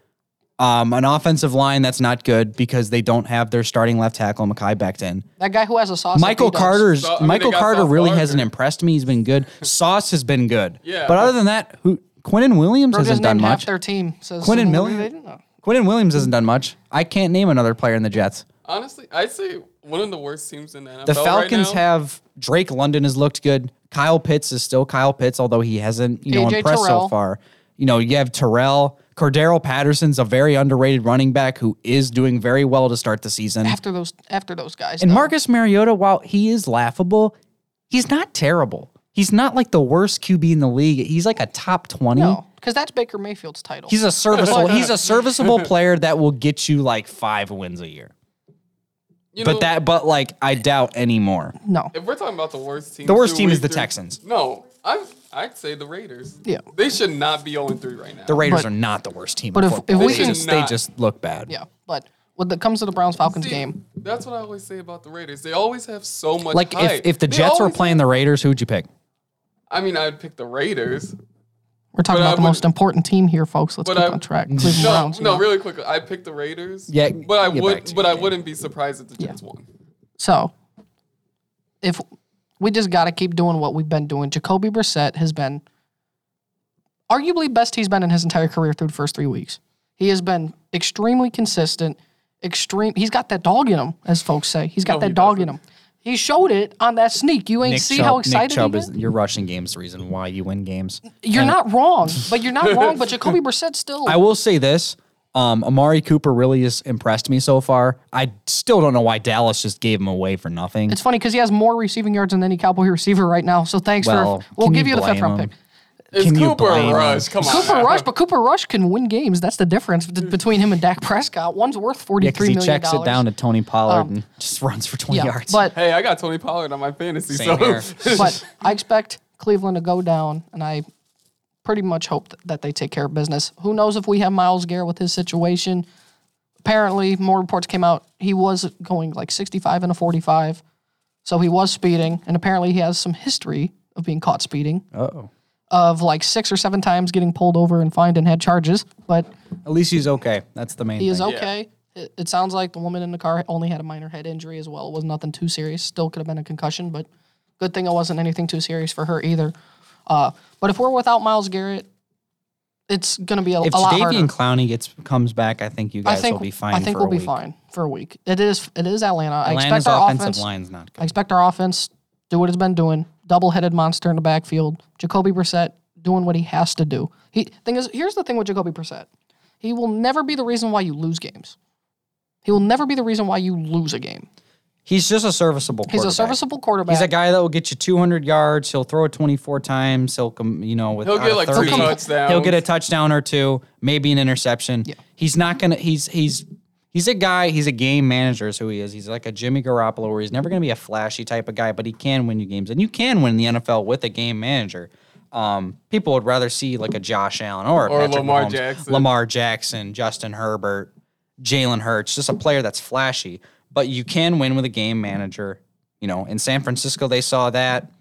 [SPEAKER 1] um, an offensive line that's not good because they don't have their starting left tackle Makai Becton.
[SPEAKER 2] that guy who has a sauce.
[SPEAKER 1] Michael
[SPEAKER 2] like he does.
[SPEAKER 1] Carter's
[SPEAKER 3] So, I mean,
[SPEAKER 1] Michael
[SPEAKER 3] they got
[SPEAKER 1] Carter
[SPEAKER 3] Sauce
[SPEAKER 1] really
[SPEAKER 3] Gardner.
[SPEAKER 1] hasn't impressed me. He's been good. Sauce has been good.
[SPEAKER 3] Yeah.
[SPEAKER 1] But other than that, who Quinnen Williams
[SPEAKER 2] They're
[SPEAKER 1] hasn't
[SPEAKER 2] just
[SPEAKER 1] done
[SPEAKER 2] named
[SPEAKER 1] much.
[SPEAKER 2] half their team. Says
[SPEAKER 1] Quinn and
[SPEAKER 2] they
[SPEAKER 1] Miller?
[SPEAKER 2] didn't know.
[SPEAKER 1] Quinton Williams hasn't done much. I can't name another player in the Jets.
[SPEAKER 3] Honestly, I'd say one of the worst teams in the NFL.
[SPEAKER 1] The Falcons
[SPEAKER 3] right now.
[SPEAKER 1] have Drake London has looked good. Kyle Pitts is still Kyle Pitts, although he hasn't you know
[SPEAKER 2] AJ
[SPEAKER 1] impressed so
[SPEAKER 2] Terrell.
[SPEAKER 1] far. You know you have Terrell Cordero Patterson's a very underrated running back who is doing very well to start the season.
[SPEAKER 2] after those after those guys.
[SPEAKER 1] And
[SPEAKER 2] though.
[SPEAKER 1] Marcus Mariota, while he is laughable, he's not terrible. He's not like the worst QB in the league. He's like a top twenty.
[SPEAKER 2] no, because that's Baker Mayfield's title.
[SPEAKER 1] He's a serviceable. he's a serviceable player that will get you like five wins a year.
[SPEAKER 3] You know,
[SPEAKER 1] But that, but like, I doubt anymore.
[SPEAKER 2] no.
[SPEAKER 3] If we're talking about the worst team,
[SPEAKER 1] The worst
[SPEAKER 3] through
[SPEAKER 1] team is
[SPEAKER 3] week
[SPEAKER 1] the
[SPEAKER 3] three-
[SPEAKER 1] Texans.
[SPEAKER 3] No, I'm. I'd say the Raiders.
[SPEAKER 2] Yeah.
[SPEAKER 3] They should not be 0 3 right now.
[SPEAKER 1] The Raiders
[SPEAKER 2] But-
[SPEAKER 1] are not the worst team.
[SPEAKER 2] but
[SPEAKER 1] in
[SPEAKER 2] if-
[SPEAKER 1] football.
[SPEAKER 2] if we
[SPEAKER 1] They
[SPEAKER 2] can-
[SPEAKER 1] just, they
[SPEAKER 3] Not-
[SPEAKER 1] just look bad.
[SPEAKER 2] Yeah, but when it comes to the Browns Falcons game,
[SPEAKER 3] That's what I always say about the Raiders. They always have so much
[SPEAKER 1] Like if,
[SPEAKER 3] hype.
[SPEAKER 1] if the
[SPEAKER 3] They
[SPEAKER 1] Jets were
[SPEAKER 3] always-
[SPEAKER 1] playing the Raiders, who'd you pick?
[SPEAKER 3] I mean, I'd pick the Raiders.
[SPEAKER 2] We're talking about
[SPEAKER 3] But I
[SPEAKER 2] the
[SPEAKER 3] would-
[SPEAKER 2] most important team here, folks. Let's
[SPEAKER 3] But
[SPEAKER 2] keep
[SPEAKER 3] I-
[SPEAKER 2] on track. Cleveland
[SPEAKER 3] No,
[SPEAKER 2] Browns.
[SPEAKER 3] no,
[SPEAKER 2] yeah.
[SPEAKER 3] really quickly, I picked the Raiders.
[SPEAKER 1] Yeah,
[SPEAKER 3] but I
[SPEAKER 1] get back
[SPEAKER 3] would,
[SPEAKER 1] to
[SPEAKER 3] but
[SPEAKER 1] your
[SPEAKER 3] I wouldn't be surprised if the Jets won.
[SPEAKER 2] So, if we just got to keep doing what we've been doing, Jacoby Brissett has been arguably best he's been in his entire career through the first three weeks. He has been extremely consistent. Extreme. He's got that dog in him, as folks say. He's got
[SPEAKER 3] No,
[SPEAKER 2] that
[SPEAKER 3] he
[SPEAKER 2] dog in him.
[SPEAKER 3] doesn't.
[SPEAKER 2] He showed it on that sneak. You ain't see
[SPEAKER 1] Chubb,
[SPEAKER 2] how excited
[SPEAKER 1] Nick Chubb
[SPEAKER 2] he
[SPEAKER 1] is
[SPEAKER 2] is.
[SPEAKER 1] your rushing game's the reason why you win games.
[SPEAKER 2] You're not wrong, but you're not wrong. But Jacoby Brissett still.
[SPEAKER 1] I will say this. Um, Amari Cooper really has impressed me so far. I still don't know why Dallas just gave him away for nothing.
[SPEAKER 2] It's funny because he has more receiving yards than any Cowboy receiver right now. So thanks
[SPEAKER 1] Well,
[SPEAKER 2] for. We'll
[SPEAKER 1] can
[SPEAKER 2] give
[SPEAKER 1] you
[SPEAKER 2] you the fifth
[SPEAKER 1] blame
[SPEAKER 2] round
[SPEAKER 1] him?
[SPEAKER 2] pick.
[SPEAKER 3] It's
[SPEAKER 1] Can you
[SPEAKER 3] Cooper
[SPEAKER 1] blame
[SPEAKER 3] Rush.
[SPEAKER 1] him?
[SPEAKER 3] Come on.
[SPEAKER 2] Cooper Rush, but Cooper Rush can win games. That's the difference bet- between him and Dak Prescott. One's worth
[SPEAKER 1] Yeah,
[SPEAKER 2] forty
[SPEAKER 1] because
[SPEAKER 2] three
[SPEAKER 1] he
[SPEAKER 2] million
[SPEAKER 1] checks it
[SPEAKER 2] dollars. Um,
[SPEAKER 1] down to Tony Pollard and just runs for 20
[SPEAKER 2] yeah,
[SPEAKER 1] yards.
[SPEAKER 2] but
[SPEAKER 3] Hey, I got Tony Pollard on my fantasy.
[SPEAKER 1] Same here.
[SPEAKER 3] so
[SPEAKER 2] but I expect Cleveland to go down, and I pretty much hope th- that they take care of business. Who knows if we have Miles Garrett with his situation? Apparently, more reports came out. He was going like 65 and a 45, so he was speeding, and apparently he has some history of being caught speeding,
[SPEAKER 1] Uh-oh.
[SPEAKER 2] of like six or seven times getting pulled over and fined and had charges. But
[SPEAKER 1] At least he's okay. That's the main
[SPEAKER 2] He is
[SPEAKER 1] thing.
[SPEAKER 2] okay. It, it sounds like the woman in the car only had a minor head injury as well. It was nothing too serious. Still could have been a concussion, but good thing it wasn't anything too serious for her either. Uh, but if we're without Miles Garrett, it's going to be a,
[SPEAKER 1] If
[SPEAKER 2] a lot
[SPEAKER 1] Jadavian
[SPEAKER 2] harder.
[SPEAKER 1] Clowney gets comes back, I think you
[SPEAKER 2] I
[SPEAKER 1] guys
[SPEAKER 2] think
[SPEAKER 1] will be fine.
[SPEAKER 2] I think
[SPEAKER 1] for
[SPEAKER 2] we'll
[SPEAKER 1] a
[SPEAKER 2] be
[SPEAKER 1] week.
[SPEAKER 2] fine for a week. It is it is Atlanta. I
[SPEAKER 1] Atlanta's
[SPEAKER 2] expect our
[SPEAKER 1] offensive
[SPEAKER 2] offense.
[SPEAKER 1] line's not
[SPEAKER 2] I
[SPEAKER 1] good.
[SPEAKER 2] expect our offense do what it's been doing. Double-headed monster in the backfield. Jacoby Brissett doing what he has to do. He thing is, here's the thing with Jacoby Brissett. He will never be the reason why you lose games. He will never be the reason why you lose a game.
[SPEAKER 1] He's just a serviceable.
[SPEAKER 2] He's a
[SPEAKER 1] quarterback.
[SPEAKER 2] serviceable quarterback.
[SPEAKER 1] He's a guy that will get you 200 yards. He'll throw it 24 times. He'll come, you know, with
[SPEAKER 3] He'll
[SPEAKER 1] out
[SPEAKER 3] get
[SPEAKER 1] of
[SPEAKER 3] like two
[SPEAKER 1] 30.
[SPEAKER 3] touchdowns.
[SPEAKER 1] He'll get a touchdown or two, maybe an interception. He's not gonna. He's he's he's a guy. He's a game manager. Is who he is. He's like a Jimmy Garoppolo, where he's never gonna be a flashy type of guy, but he can win you games, and you can win the NFL with a game manager. Um, people would rather see like a Josh Allen or, a
[SPEAKER 3] Or
[SPEAKER 1] Patrick
[SPEAKER 3] Lamar
[SPEAKER 1] Mahomes,
[SPEAKER 3] Jackson.
[SPEAKER 1] Lamar Jackson, Justin Herbert, Jalen Hurts, just a player that's flashy, but you can win with a game manager. You know, in San Francisco, they saw that.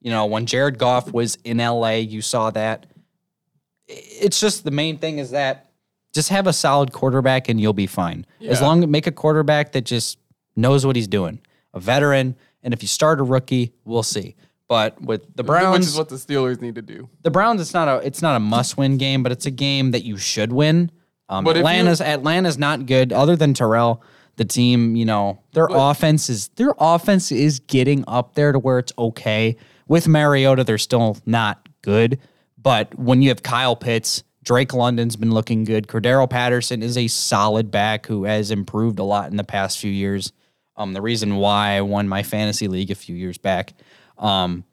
[SPEAKER 1] You know, when Jared Goff was in LA, you saw that. It's just the main thing is that just have a solid quarterback and you'll be fine. As
[SPEAKER 3] Yeah.
[SPEAKER 1] long make a quarterback that just knows what he's doing, a veteran, and if you start a rookie, we'll see. But with the
[SPEAKER 3] which
[SPEAKER 1] Browns,
[SPEAKER 3] is what the Steelers need to do.
[SPEAKER 1] the Browns, it's not a it's not a must win game, but it's a game that you should win. Um,
[SPEAKER 3] But if you-
[SPEAKER 1] Atlanta's Atlanta's not good. Other than Terrell, the team, you know, their offense is their offense is getting up there to where it's okay. With Mariota, they're still not good, but when you have Kyle Pitts, Drake London's been looking good. Cordero Patterson is a solid back who has improved a lot in the past few years. Um, the reason why I won my fantasy league a few years back. Um,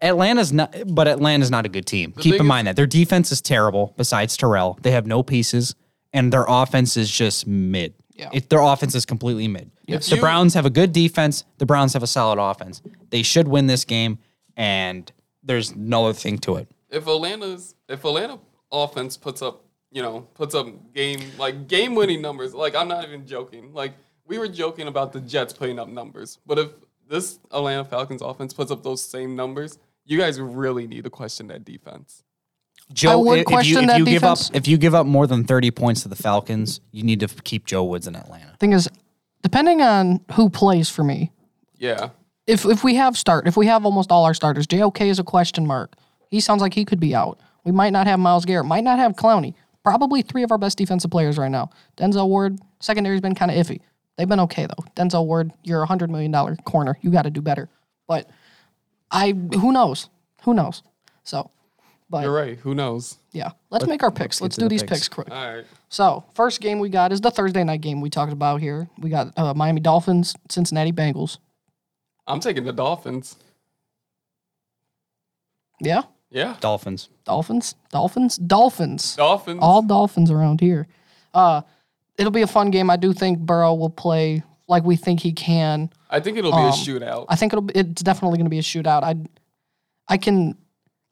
[SPEAKER 1] Atlanta's not, but Atlanta's not a good team. Keep in
[SPEAKER 3] biggest-
[SPEAKER 1] mind that their defense is terrible. Besides Terrell, they have no pieces, and their offense is just mid.
[SPEAKER 2] Yeah.
[SPEAKER 1] It, their offense is completely mid. The
[SPEAKER 3] you-
[SPEAKER 1] Browns have a good defense. The Browns have a solid offense. They should win this game, and there's no other thing to it.
[SPEAKER 3] If Atlanta's if Atlanta offense puts up, you know, puts up game like game winning numbers, like I'm not even joking. Like we were joking about the Jets putting up numbers, but if this Atlanta Falcons offense puts up those same numbers, you guys really need to question that defense.
[SPEAKER 1] Joe,
[SPEAKER 2] would
[SPEAKER 1] if
[SPEAKER 2] question
[SPEAKER 1] you, if
[SPEAKER 2] that
[SPEAKER 1] you give up,
[SPEAKER 2] defense.
[SPEAKER 1] if you give up more than thirty points to the Falcons, you need to keep Joe Woods in Atlanta.
[SPEAKER 2] thing is, depending on who plays for me,
[SPEAKER 3] Yeah.
[SPEAKER 2] if if we have start, if we have almost all our starters, JOK is a question mark. He sounds like he could be out. We might not have Miles Garrett, might not have Clowney. Probably three of our best defensive players right now. Denzel Ward, secondary's been kind of iffy. They've been okay though. Denzel Ward, you're a hundred million dollar corner. You got to do better. But I, who knows? Who knows? So, but
[SPEAKER 3] You're right. Who knows?
[SPEAKER 2] yeah, let's make our picks. Let's
[SPEAKER 1] to
[SPEAKER 2] do
[SPEAKER 1] the
[SPEAKER 2] these
[SPEAKER 1] picks.
[SPEAKER 2] picks quick.
[SPEAKER 3] All right.
[SPEAKER 2] So, first game we got is the Thursday night game we talked about here. We got uh, Miami Dolphins, Cincinnati Bengals.
[SPEAKER 3] I'm taking the Dolphins.
[SPEAKER 2] Yeah,
[SPEAKER 3] Yeah.
[SPEAKER 1] Dolphins.
[SPEAKER 2] Dolphins, Dolphins, Dolphins.
[SPEAKER 3] Dolphins.
[SPEAKER 2] All Dolphins around here. Uh, it'll be a fun game. I do think Burrow will play like we think he can.
[SPEAKER 3] I think it'll be a shootout.
[SPEAKER 2] I think it'll. Be, it's definitely going to be a shootout. I, I can.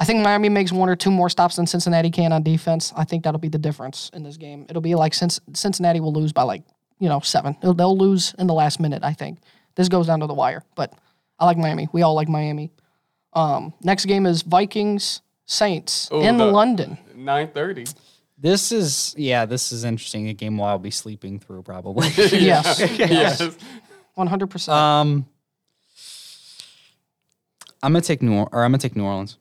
[SPEAKER 2] I think Miami makes one or two more stops than Cincinnati can on defense. I think that'll be the difference in this game. It'll be like since Cincinnati will lose by like you you know, seven. They'll, they'll lose in the last minute, I think. This goes down to the wire, but I like Miami. We all like Miami. Um, next game is Vikings Saints
[SPEAKER 3] Ooh,
[SPEAKER 2] in
[SPEAKER 3] the-
[SPEAKER 2] London.
[SPEAKER 3] Nine thirty.
[SPEAKER 1] This is yeah, this is interesting. A game I'll be sleeping through probably.
[SPEAKER 2] Yes, yes,
[SPEAKER 3] Yes.
[SPEAKER 2] one hundred percent.
[SPEAKER 1] um, I'm gonna take New or I'm gonna take New Orleans.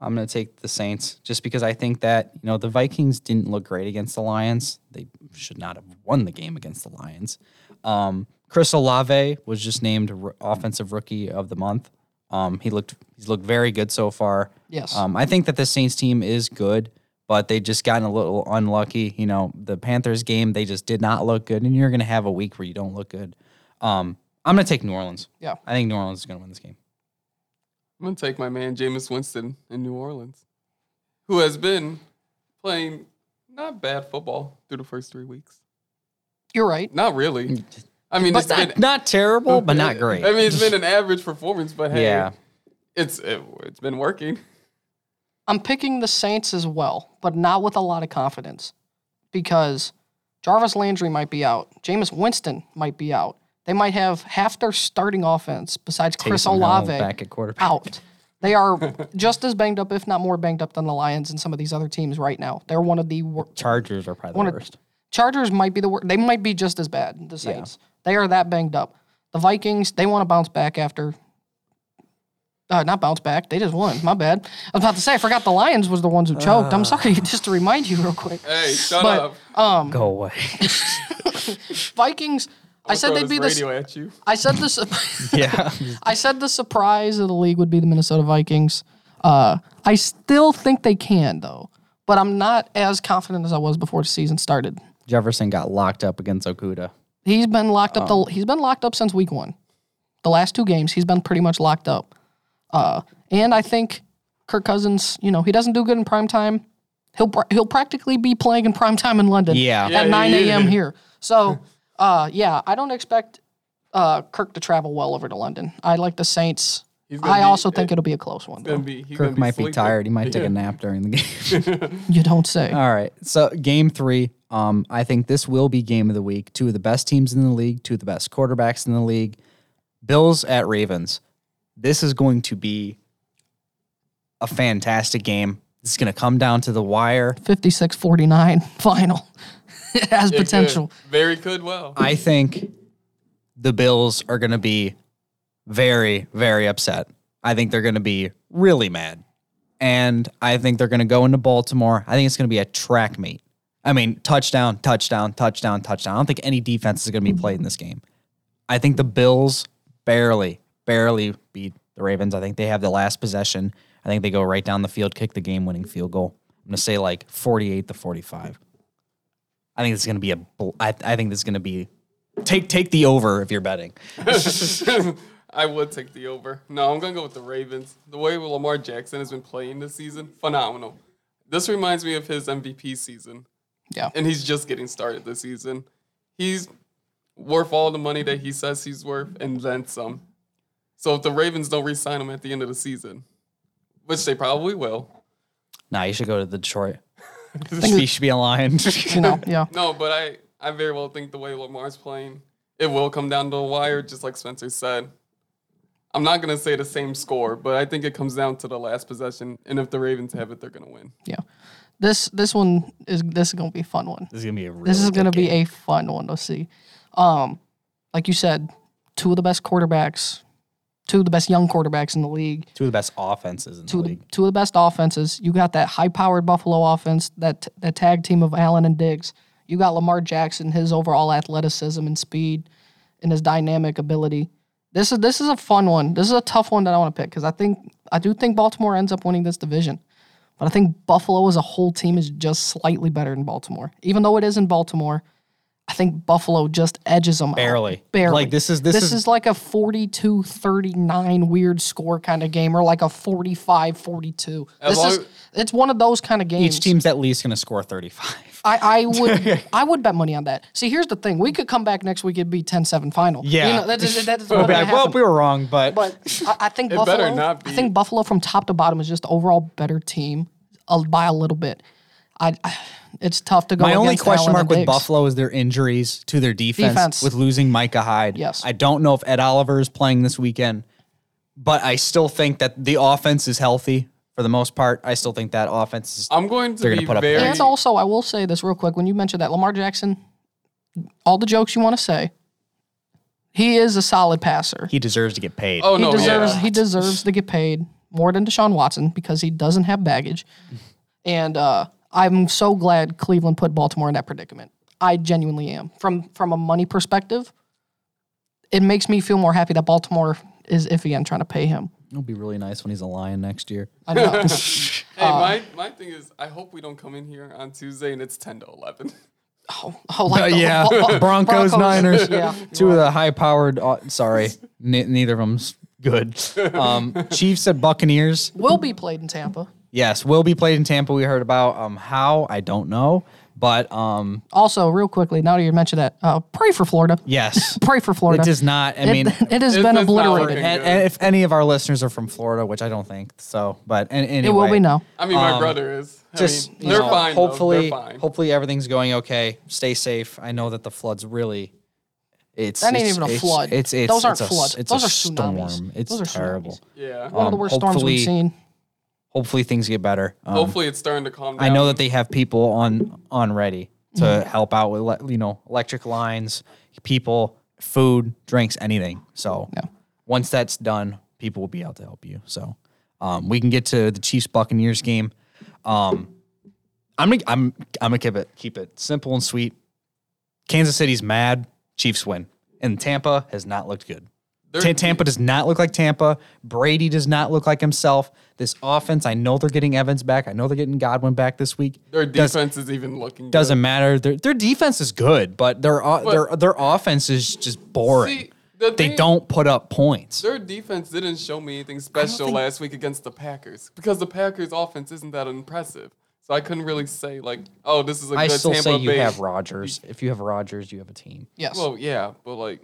[SPEAKER 1] I'm gonna take the Saints just because I think that you know the Vikings didn't look great against the Lions. They should not have won the game against the Lions. Um, Chris Olave was just named r- offensive rookie of the month. Um, he looked he's looked very good so far.
[SPEAKER 2] Yes.
[SPEAKER 1] Um, I think that the Saints team is good, but they just gotten a little unlucky. You know, the Panthers game they just did not look good, and you're gonna have a week where you don't look good. Um, I'm gonna take New Orleans.
[SPEAKER 2] Yeah.
[SPEAKER 1] I think New Orleans is gonna win this game.
[SPEAKER 3] I'm gonna take my man Jameis Winston in New Orleans, who has been playing not bad football through the first three weeks.
[SPEAKER 2] You're right.
[SPEAKER 3] Not really. I mean, it's been
[SPEAKER 1] Not terrible, but not great.
[SPEAKER 3] I mean, it's been an average performance, but hey,
[SPEAKER 1] Yeah.
[SPEAKER 3] it's it, it's been working.
[SPEAKER 2] I'm picking the Saints as well, but not with a lot of confidence because Jarvis Landry might be out. Jameis Winston might be out. They might have half their starting offense besides Chris
[SPEAKER 1] Taysom Hill
[SPEAKER 2] Olave
[SPEAKER 1] back at quarterback.
[SPEAKER 2] out. They are just as banged up, if not more banged up, than the Lions and some of these other teams right now. They're one of the wor-
[SPEAKER 1] Chargers are probably the worst.
[SPEAKER 2] Chargers might be the worst. They might be just as bad. The Saints. They are that banged up. The Vikings. They want to bounce back after. Uh, not bounce back. They just won. My bad. I was about to say. I forgot the Lions was the ones who choked. I'm sorry. Just to remind you, real quick.
[SPEAKER 3] Hey, shut
[SPEAKER 2] But-
[SPEAKER 3] up!
[SPEAKER 1] Go away.
[SPEAKER 2] Vikings. I said
[SPEAKER 3] Throw
[SPEAKER 2] they'd
[SPEAKER 3] this
[SPEAKER 2] be the.
[SPEAKER 3] radio at you.
[SPEAKER 2] I said this.
[SPEAKER 1] yeah.
[SPEAKER 2] I said the surprise of the league would be the Minnesota Vikings. Uh, I still think they can though, but I'm not as confident as I was before the season started.
[SPEAKER 1] Jefferson got locked up against Okuda.
[SPEAKER 2] He's been locked up. The, he's been locked up since week one. The last two games, he's been pretty much locked up. Uh, and I think Kirk Cousins, you know, he doesn't do good in prime time. He'll pr- he'll practically be playing in prime time in London.
[SPEAKER 1] Yeah.
[SPEAKER 3] Yeah,
[SPEAKER 2] at 9
[SPEAKER 3] yeah,
[SPEAKER 2] a.m.
[SPEAKER 3] yeah.
[SPEAKER 2] here. So, uh, yeah, I don't expect uh, Kirk to travel well over to London. I like the Saints.
[SPEAKER 3] He's gonna
[SPEAKER 2] I
[SPEAKER 3] be-
[SPEAKER 2] also think it'll be a close one.
[SPEAKER 3] Gonna
[SPEAKER 2] Though.
[SPEAKER 3] be, he's gonna
[SPEAKER 1] Kirk might be
[SPEAKER 3] sleeping.
[SPEAKER 1] tired. He might take a nap during the game.
[SPEAKER 2] You don't say.
[SPEAKER 3] Uh,
[SPEAKER 1] All right. So game three. Um, I think this will be game of the week. Two of the best teams in the league, two of the best quarterbacks in the league. Bills at Ravens. This is going to be a fantastic game. This is going to come down to the wire.
[SPEAKER 2] 56 49 final. it has
[SPEAKER 3] It could.
[SPEAKER 2] potential.
[SPEAKER 3] Very could well.
[SPEAKER 1] I think the Bills are going to be very, very upset. I think they're going to be really mad. And I think they're going to go into Baltimore. I think it's going to be a track meet. I mean, touchdown, touchdown, touchdown, touchdown. I don't think any defense is going to be played in this game. I think the Bills barely, barely beat the Ravens. I think they have the last possession. I think they go right down the field, kick the game winning field goal. I'm going to say like 48 to 45. I think this is going to be a. bl- I, I think this is going to be take take the over if you're betting.
[SPEAKER 3] I would take the over. No, I'm gonna go with the Ravens. The way Lamar Jackson has been playing this season, phenomenal. This reminds me of his MVP season,
[SPEAKER 2] Yeah.
[SPEAKER 3] and he's just getting started this season. He's worth all the money that he says he's worth, and then some. So if the Ravens don't re-sign him at the end of the season, which they probably will,
[SPEAKER 1] Nah, you should go to the Detroit. He should be aligned.
[SPEAKER 2] You know, yeah.
[SPEAKER 3] No, but I, I very well think the way Lamar's playing, it will come down to the wire, just like Spencer said. I'm not gonna say the same score, but I think it comes down to the last possession, and if the Ravens have it, they're gonna win.
[SPEAKER 2] Yeah. This this one is this is gonna be a fun one.
[SPEAKER 1] this is going to be a. Really
[SPEAKER 2] This is
[SPEAKER 1] good
[SPEAKER 2] going to be
[SPEAKER 1] game.
[SPEAKER 2] a fun one to see. Um, like you said, two of the best quarterbacks, two of the best young quarterbacks in the league,
[SPEAKER 1] two of the best offenses in
[SPEAKER 2] two
[SPEAKER 1] the
[SPEAKER 2] of the,
[SPEAKER 1] league.
[SPEAKER 2] two of the best offenses. You got that high-powered Buffalo offense, that that tag team of Allen and Diggs. You got Lamar Jackson, his overall athleticism and speed, and his dynamic ability. This is this is a fun one. This is a tough one that I want to pick because I think I do think Baltimore ends up winning this division. But I think Buffalo as a whole team is just slightly better than Baltimore. Even though it is in Baltimore, I think Buffalo just edges them out.
[SPEAKER 1] Barely.
[SPEAKER 2] Barely.
[SPEAKER 1] Like, this is- this
[SPEAKER 2] this
[SPEAKER 1] is-
[SPEAKER 2] is like a 42-39 weird score kind of game or like a 45-42.
[SPEAKER 3] As
[SPEAKER 2] This is
[SPEAKER 3] long-
[SPEAKER 2] it's one of those kind of games.
[SPEAKER 1] Each team's at least going to score 35.
[SPEAKER 2] I, I would I would bet money on that. See, here's the thing. We could come back next week it'd be 10-7 final.
[SPEAKER 1] Yeah.
[SPEAKER 2] You know, that is, that is
[SPEAKER 1] We'll
[SPEAKER 2] what
[SPEAKER 1] be like, well, we were wrong, but,
[SPEAKER 2] but I, I think
[SPEAKER 3] It better
[SPEAKER 2] Buffalo.
[SPEAKER 3] not
[SPEAKER 2] I
[SPEAKER 3] be.
[SPEAKER 2] think Buffalo from top to bottom is just the overall better team uh, by a little bit. I, I it's tough to go.
[SPEAKER 1] My only
[SPEAKER 2] against
[SPEAKER 1] question
[SPEAKER 2] Allen and
[SPEAKER 1] mark with
[SPEAKER 2] Diggs.
[SPEAKER 1] Buffalo is their injuries to their defense,
[SPEAKER 2] Defense.
[SPEAKER 1] with losing Micah Hyde.
[SPEAKER 2] Yes.
[SPEAKER 1] I don't know if Ed Oliver is playing this weekend, but I still think that the offense is healthy for the most part. I still think that offense is
[SPEAKER 3] I'm going to
[SPEAKER 1] They're gonna
[SPEAKER 3] be
[SPEAKER 1] put up
[SPEAKER 3] very.
[SPEAKER 1] points.
[SPEAKER 2] And also, I will say this real quick. When you mentioned that Lamar Jackson, all the jokes you want to say, he is a solid passer.
[SPEAKER 1] he deserves to get paid.
[SPEAKER 3] oh
[SPEAKER 2] He
[SPEAKER 3] no,
[SPEAKER 2] deserves
[SPEAKER 3] yeah.
[SPEAKER 2] he deserves to get paid more than Deshaun Watson because he doesn't have baggage. And uh, I'm so glad Cleveland put Baltimore in that predicament. I genuinely am. From from a money perspective, it makes me feel more happy that Baltimore is iffy on trying to pay him.
[SPEAKER 1] It'll be really nice when he's a lion next year.
[SPEAKER 2] I know.
[SPEAKER 3] Hey, my, my thing is, I hope we don't come in here on Tuesday and it's ten to eleven.
[SPEAKER 2] oh, like the-
[SPEAKER 1] yeah, Broncos, Niners.
[SPEAKER 2] Yeah.
[SPEAKER 1] Two of the high-powered. Uh, sorry, n- neither of them's good. Um, Chiefs at Buccaneers.
[SPEAKER 2] Will be played in Tampa.
[SPEAKER 1] Yes, will be played in Tampa. We heard about um, how I don't know, but um,
[SPEAKER 2] Also, real quickly, now that you mentioned that, uh, pray for Florida.
[SPEAKER 1] yes,
[SPEAKER 2] Pray for Florida.
[SPEAKER 1] it does not. I mean,
[SPEAKER 2] it, it has
[SPEAKER 3] It's-
[SPEAKER 2] been
[SPEAKER 3] it's not
[SPEAKER 2] obliterated.
[SPEAKER 3] working.
[SPEAKER 1] and, and if any of our listeners are from Florida, which I don't think so, but an- anyway, Um,
[SPEAKER 2] It will be now.
[SPEAKER 3] I mean, my brother is. I
[SPEAKER 1] Just
[SPEAKER 3] mean,
[SPEAKER 1] you
[SPEAKER 3] they're
[SPEAKER 1] know,
[SPEAKER 3] fine. though.
[SPEAKER 1] Hopefully,
[SPEAKER 3] they're fine.
[SPEAKER 1] hopefully everything's going okay. Stay safe. I know that the floods really. It's
[SPEAKER 2] That ain't
[SPEAKER 1] it's-
[SPEAKER 2] even a
[SPEAKER 1] it's-
[SPEAKER 2] flood.
[SPEAKER 1] It's, it's
[SPEAKER 2] Those
[SPEAKER 1] it's
[SPEAKER 2] aren't
[SPEAKER 1] a s-
[SPEAKER 2] floods.
[SPEAKER 1] It's
[SPEAKER 2] Those
[SPEAKER 1] a
[SPEAKER 2] are tsunamis.
[SPEAKER 1] Storm. It's
[SPEAKER 2] Those are
[SPEAKER 1] terrible.
[SPEAKER 2] tsunamis.
[SPEAKER 3] yeah.
[SPEAKER 2] One of the
[SPEAKER 1] Um,
[SPEAKER 2] worst storms
[SPEAKER 1] hopefully-
[SPEAKER 2] we've seen.
[SPEAKER 1] Hopefully things get better. Um,
[SPEAKER 3] hopefully, it's starting to calm down.
[SPEAKER 1] I know that they have people on on ready to help out with le- you know electric lines, people, food, drinks, anything. So once that's done, people will be out to help you. So um, we can get to the Chiefs Buccaneers game. Um, I'm gonna, I'm I'm gonna keep it keep it simple and sweet. Kansas City's mad. Chiefs win, and Tampa has not looked good.
[SPEAKER 3] They're-
[SPEAKER 1] Ta- Tampa does not look like Tampa. Brady does not look like himself. This offense, I know they're getting Evans back. I know they're getting Godwin back this week.
[SPEAKER 3] their
[SPEAKER 1] Does-
[SPEAKER 3] defense is even looking. good.
[SPEAKER 1] doesn't matter. Their, their defense is good, but their o their their offense is just boring.
[SPEAKER 3] See, the
[SPEAKER 1] they
[SPEAKER 3] thing-
[SPEAKER 1] don't put up points.
[SPEAKER 3] Their defense didn't show me anything special
[SPEAKER 1] think-
[SPEAKER 3] last week against the Packers because the Packers' offense isn't that impressive. So I couldn't really say like, oh, this is a
[SPEAKER 1] I
[SPEAKER 3] good
[SPEAKER 1] still
[SPEAKER 3] Tampa
[SPEAKER 1] say you
[SPEAKER 3] Bay.
[SPEAKER 1] have Rodgers. If you have Rodgers, you have a team.
[SPEAKER 2] Yes.
[SPEAKER 3] Well, yeah, but like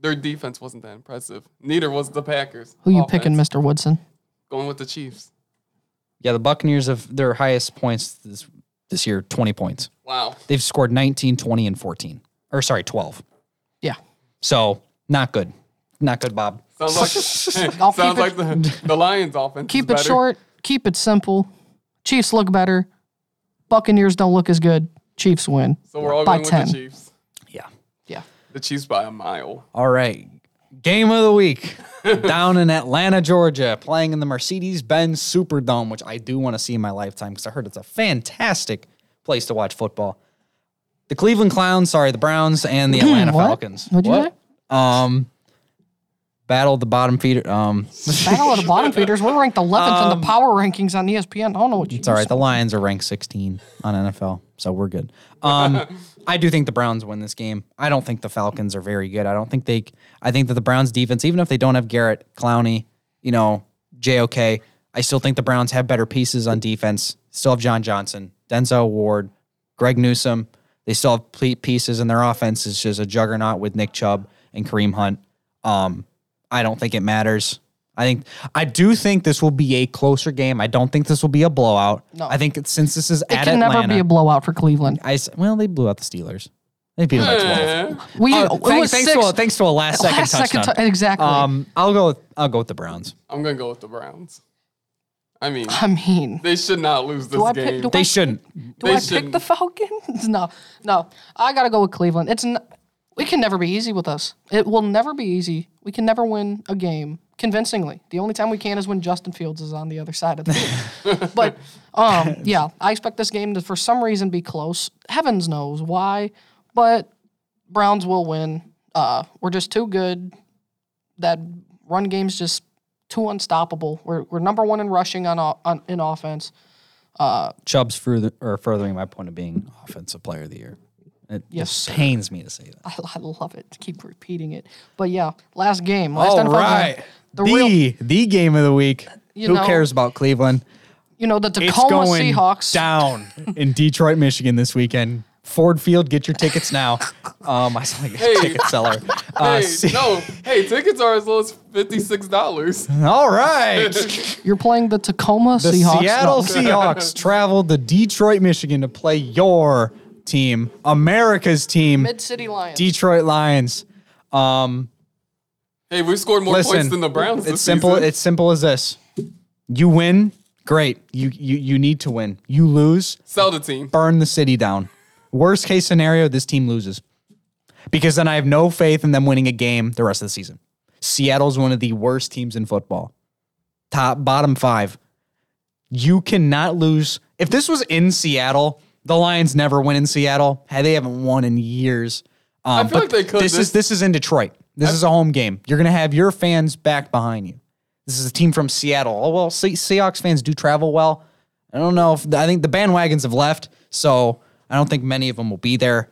[SPEAKER 3] their defense wasn't that impressive. Neither was the Packers.
[SPEAKER 2] Who you
[SPEAKER 3] offense.
[SPEAKER 2] picking, Mr. Woodson?
[SPEAKER 3] Going with the Chiefs.
[SPEAKER 1] Yeah, the Buccaneers have their highest points this this year, 20 points.
[SPEAKER 3] Wow.
[SPEAKER 1] They've scored 19, 20 and 14. Or sorry, 12.
[SPEAKER 2] Yeah.
[SPEAKER 1] So, not good. Not good, Bob.
[SPEAKER 3] Sounds like
[SPEAKER 2] I'll keep
[SPEAKER 3] sounds
[SPEAKER 2] it-
[SPEAKER 3] like the, the Lions' offense. is
[SPEAKER 2] Keep it
[SPEAKER 3] better.
[SPEAKER 2] short. Keep it simple. Chiefs look better. Buccaneers don't look as good. Chiefs win.
[SPEAKER 3] So we're all
[SPEAKER 2] By
[SPEAKER 3] going
[SPEAKER 2] 10.
[SPEAKER 3] with the Chiefs.
[SPEAKER 1] Yeah.
[SPEAKER 2] Yeah.
[SPEAKER 3] The Chiefs by a mile.
[SPEAKER 1] All right. Game of the week down in Atlanta, Georgia, playing in the Mercedes Benz Superdome, which I do want to see in my lifetime because I heard it's a fantastic place to watch football. The Cleveland Clowns, sorry, the Browns and the Atlanta
[SPEAKER 2] What?
[SPEAKER 1] Falcons.
[SPEAKER 2] What'd you
[SPEAKER 1] Um, battled the bottom feeder. Um, it's
[SPEAKER 2] Battle of the bottom feeders. We're ranked 11th
[SPEAKER 1] Um,
[SPEAKER 2] in the power rankings on E ESPN. I don't know what you.
[SPEAKER 1] all right. The Lions are ranked 16 on NFL, so we're good. Um, I do think the Browns win this game. I don't think the Falcons are very good. I don't think they. I think that the Browns defense, even if they don't have Garrett, Clowney, you know, JOK, I still think the Browns have better pieces on defense. Still have John Johnson, Denzel Ward, Greg Newsom. They still have ple- pieces, and their offense is just a juggernaut with Nick Chubb and Kareem Hunt. Um, I don't think it matters. I think I do think this will be a closer game. I don't think this will be a blowout. No. I think since this is
[SPEAKER 2] It
[SPEAKER 1] at
[SPEAKER 2] can
[SPEAKER 1] Atlanta,
[SPEAKER 2] never be a blowout for Cleveland.
[SPEAKER 1] I s- well, they blew out the Steelers. They beat them by twelve.
[SPEAKER 3] Eh,
[SPEAKER 2] We
[SPEAKER 1] Oh,
[SPEAKER 2] it
[SPEAKER 1] thank-
[SPEAKER 2] was
[SPEAKER 1] thanks,
[SPEAKER 2] six.
[SPEAKER 1] to a, thanks to a last second
[SPEAKER 2] Last second
[SPEAKER 1] touchdown.
[SPEAKER 2] tou- exactly.
[SPEAKER 1] um, I'll go. With, I'll go with the Browns.
[SPEAKER 3] I'm gonna go with the Browns. I mean,
[SPEAKER 2] I mean,
[SPEAKER 3] they should not lose this
[SPEAKER 2] do I
[SPEAKER 3] game.
[SPEAKER 2] pick? Do
[SPEAKER 1] They
[SPEAKER 2] I,
[SPEAKER 1] shouldn't.
[SPEAKER 2] do
[SPEAKER 3] they
[SPEAKER 2] I pick
[SPEAKER 3] shouldn't.
[SPEAKER 2] the Falcons? no, no. I gotta go with Cleveland. It's n- it can never be easy with us. It will never be easy. We can never win a game convincingly. The only time we can is when Justin Fields is on the other side of the field. but um, yeah, I expect this game to for some reason be close. Heavens knows why, but Browns will win. Uh, we're just too good. That run game's just too unstoppable. We're, we're number one in rushing on, o- on in offense.
[SPEAKER 1] Chubb's further or furthering my point of being offensive player of the year. It
[SPEAKER 2] Yes,
[SPEAKER 1] just
[SPEAKER 2] sir.
[SPEAKER 1] pains me to say that.
[SPEAKER 2] I, I love it. Keep repeating it. But yeah, last game. Last NFL game,
[SPEAKER 1] the
[SPEAKER 2] The real,
[SPEAKER 1] the game of the week.
[SPEAKER 2] You
[SPEAKER 1] Who
[SPEAKER 2] know,
[SPEAKER 1] cares about Cleveland?
[SPEAKER 2] you know, the
[SPEAKER 1] It's
[SPEAKER 2] Tacoma
[SPEAKER 1] going
[SPEAKER 2] Seahawks.
[SPEAKER 1] down in Detroit, Michigan this weekend. Ford Field, get your tickets now. Um, I sound like a
[SPEAKER 3] Hey.
[SPEAKER 1] ticket seller. Uh,
[SPEAKER 3] hey,
[SPEAKER 1] see-
[SPEAKER 3] no, hey, tickets are as low as fifty six dollars.
[SPEAKER 1] All right.
[SPEAKER 2] You're playing the Tacoma
[SPEAKER 1] The
[SPEAKER 2] Seahawks.
[SPEAKER 1] Seattle
[SPEAKER 2] No.
[SPEAKER 1] Seahawks traveled to Detroit, Michigan to play your team, America's team,
[SPEAKER 2] Mid City Lions.
[SPEAKER 1] Detroit Lions.
[SPEAKER 3] Hey, we scored more
[SPEAKER 1] Listen,
[SPEAKER 3] points than the Browns.
[SPEAKER 1] It's
[SPEAKER 3] this
[SPEAKER 1] simple.
[SPEAKER 3] season.
[SPEAKER 1] It's simple as this. You win, great. You you you need to win. You lose,
[SPEAKER 3] Sell the team.
[SPEAKER 1] burn the city down. Worst case scenario, this team loses. Because then I have no faith in them winning a game the rest of the season. Seattle's one of the worst teams in football. Top bottom 5. You cannot lose. If this was in Seattle, the Lions never win in Seattle. Hey, they haven't won in years. Um,
[SPEAKER 3] I feel like they could
[SPEAKER 1] This, is this is in Detroit. This is a home game. You're gonna have your fans back behind you. This is a team from Seattle. Oh well, Se- Seahawks fans do travel well. I don't know if I think the bandwagons have left, so I don't think many of them will be there.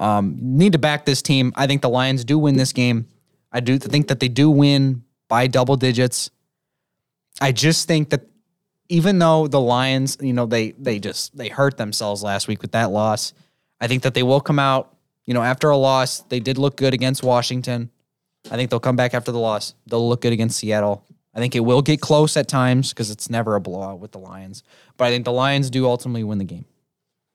[SPEAKER 1] Um, need to back this team. I think the Lions do win this game. I do think that they do win by double digits. I just think that even though the Lions, you know, they they just they hurt themselves last week with that loss. I think that they will come out, you know, after a loss. They did look good against Washington. I think they'll come back after the loss. They'll look good against Seattle. I think it will get close at times because it's never a blowout with the Lions. But I think the Lions do ultimately win the game.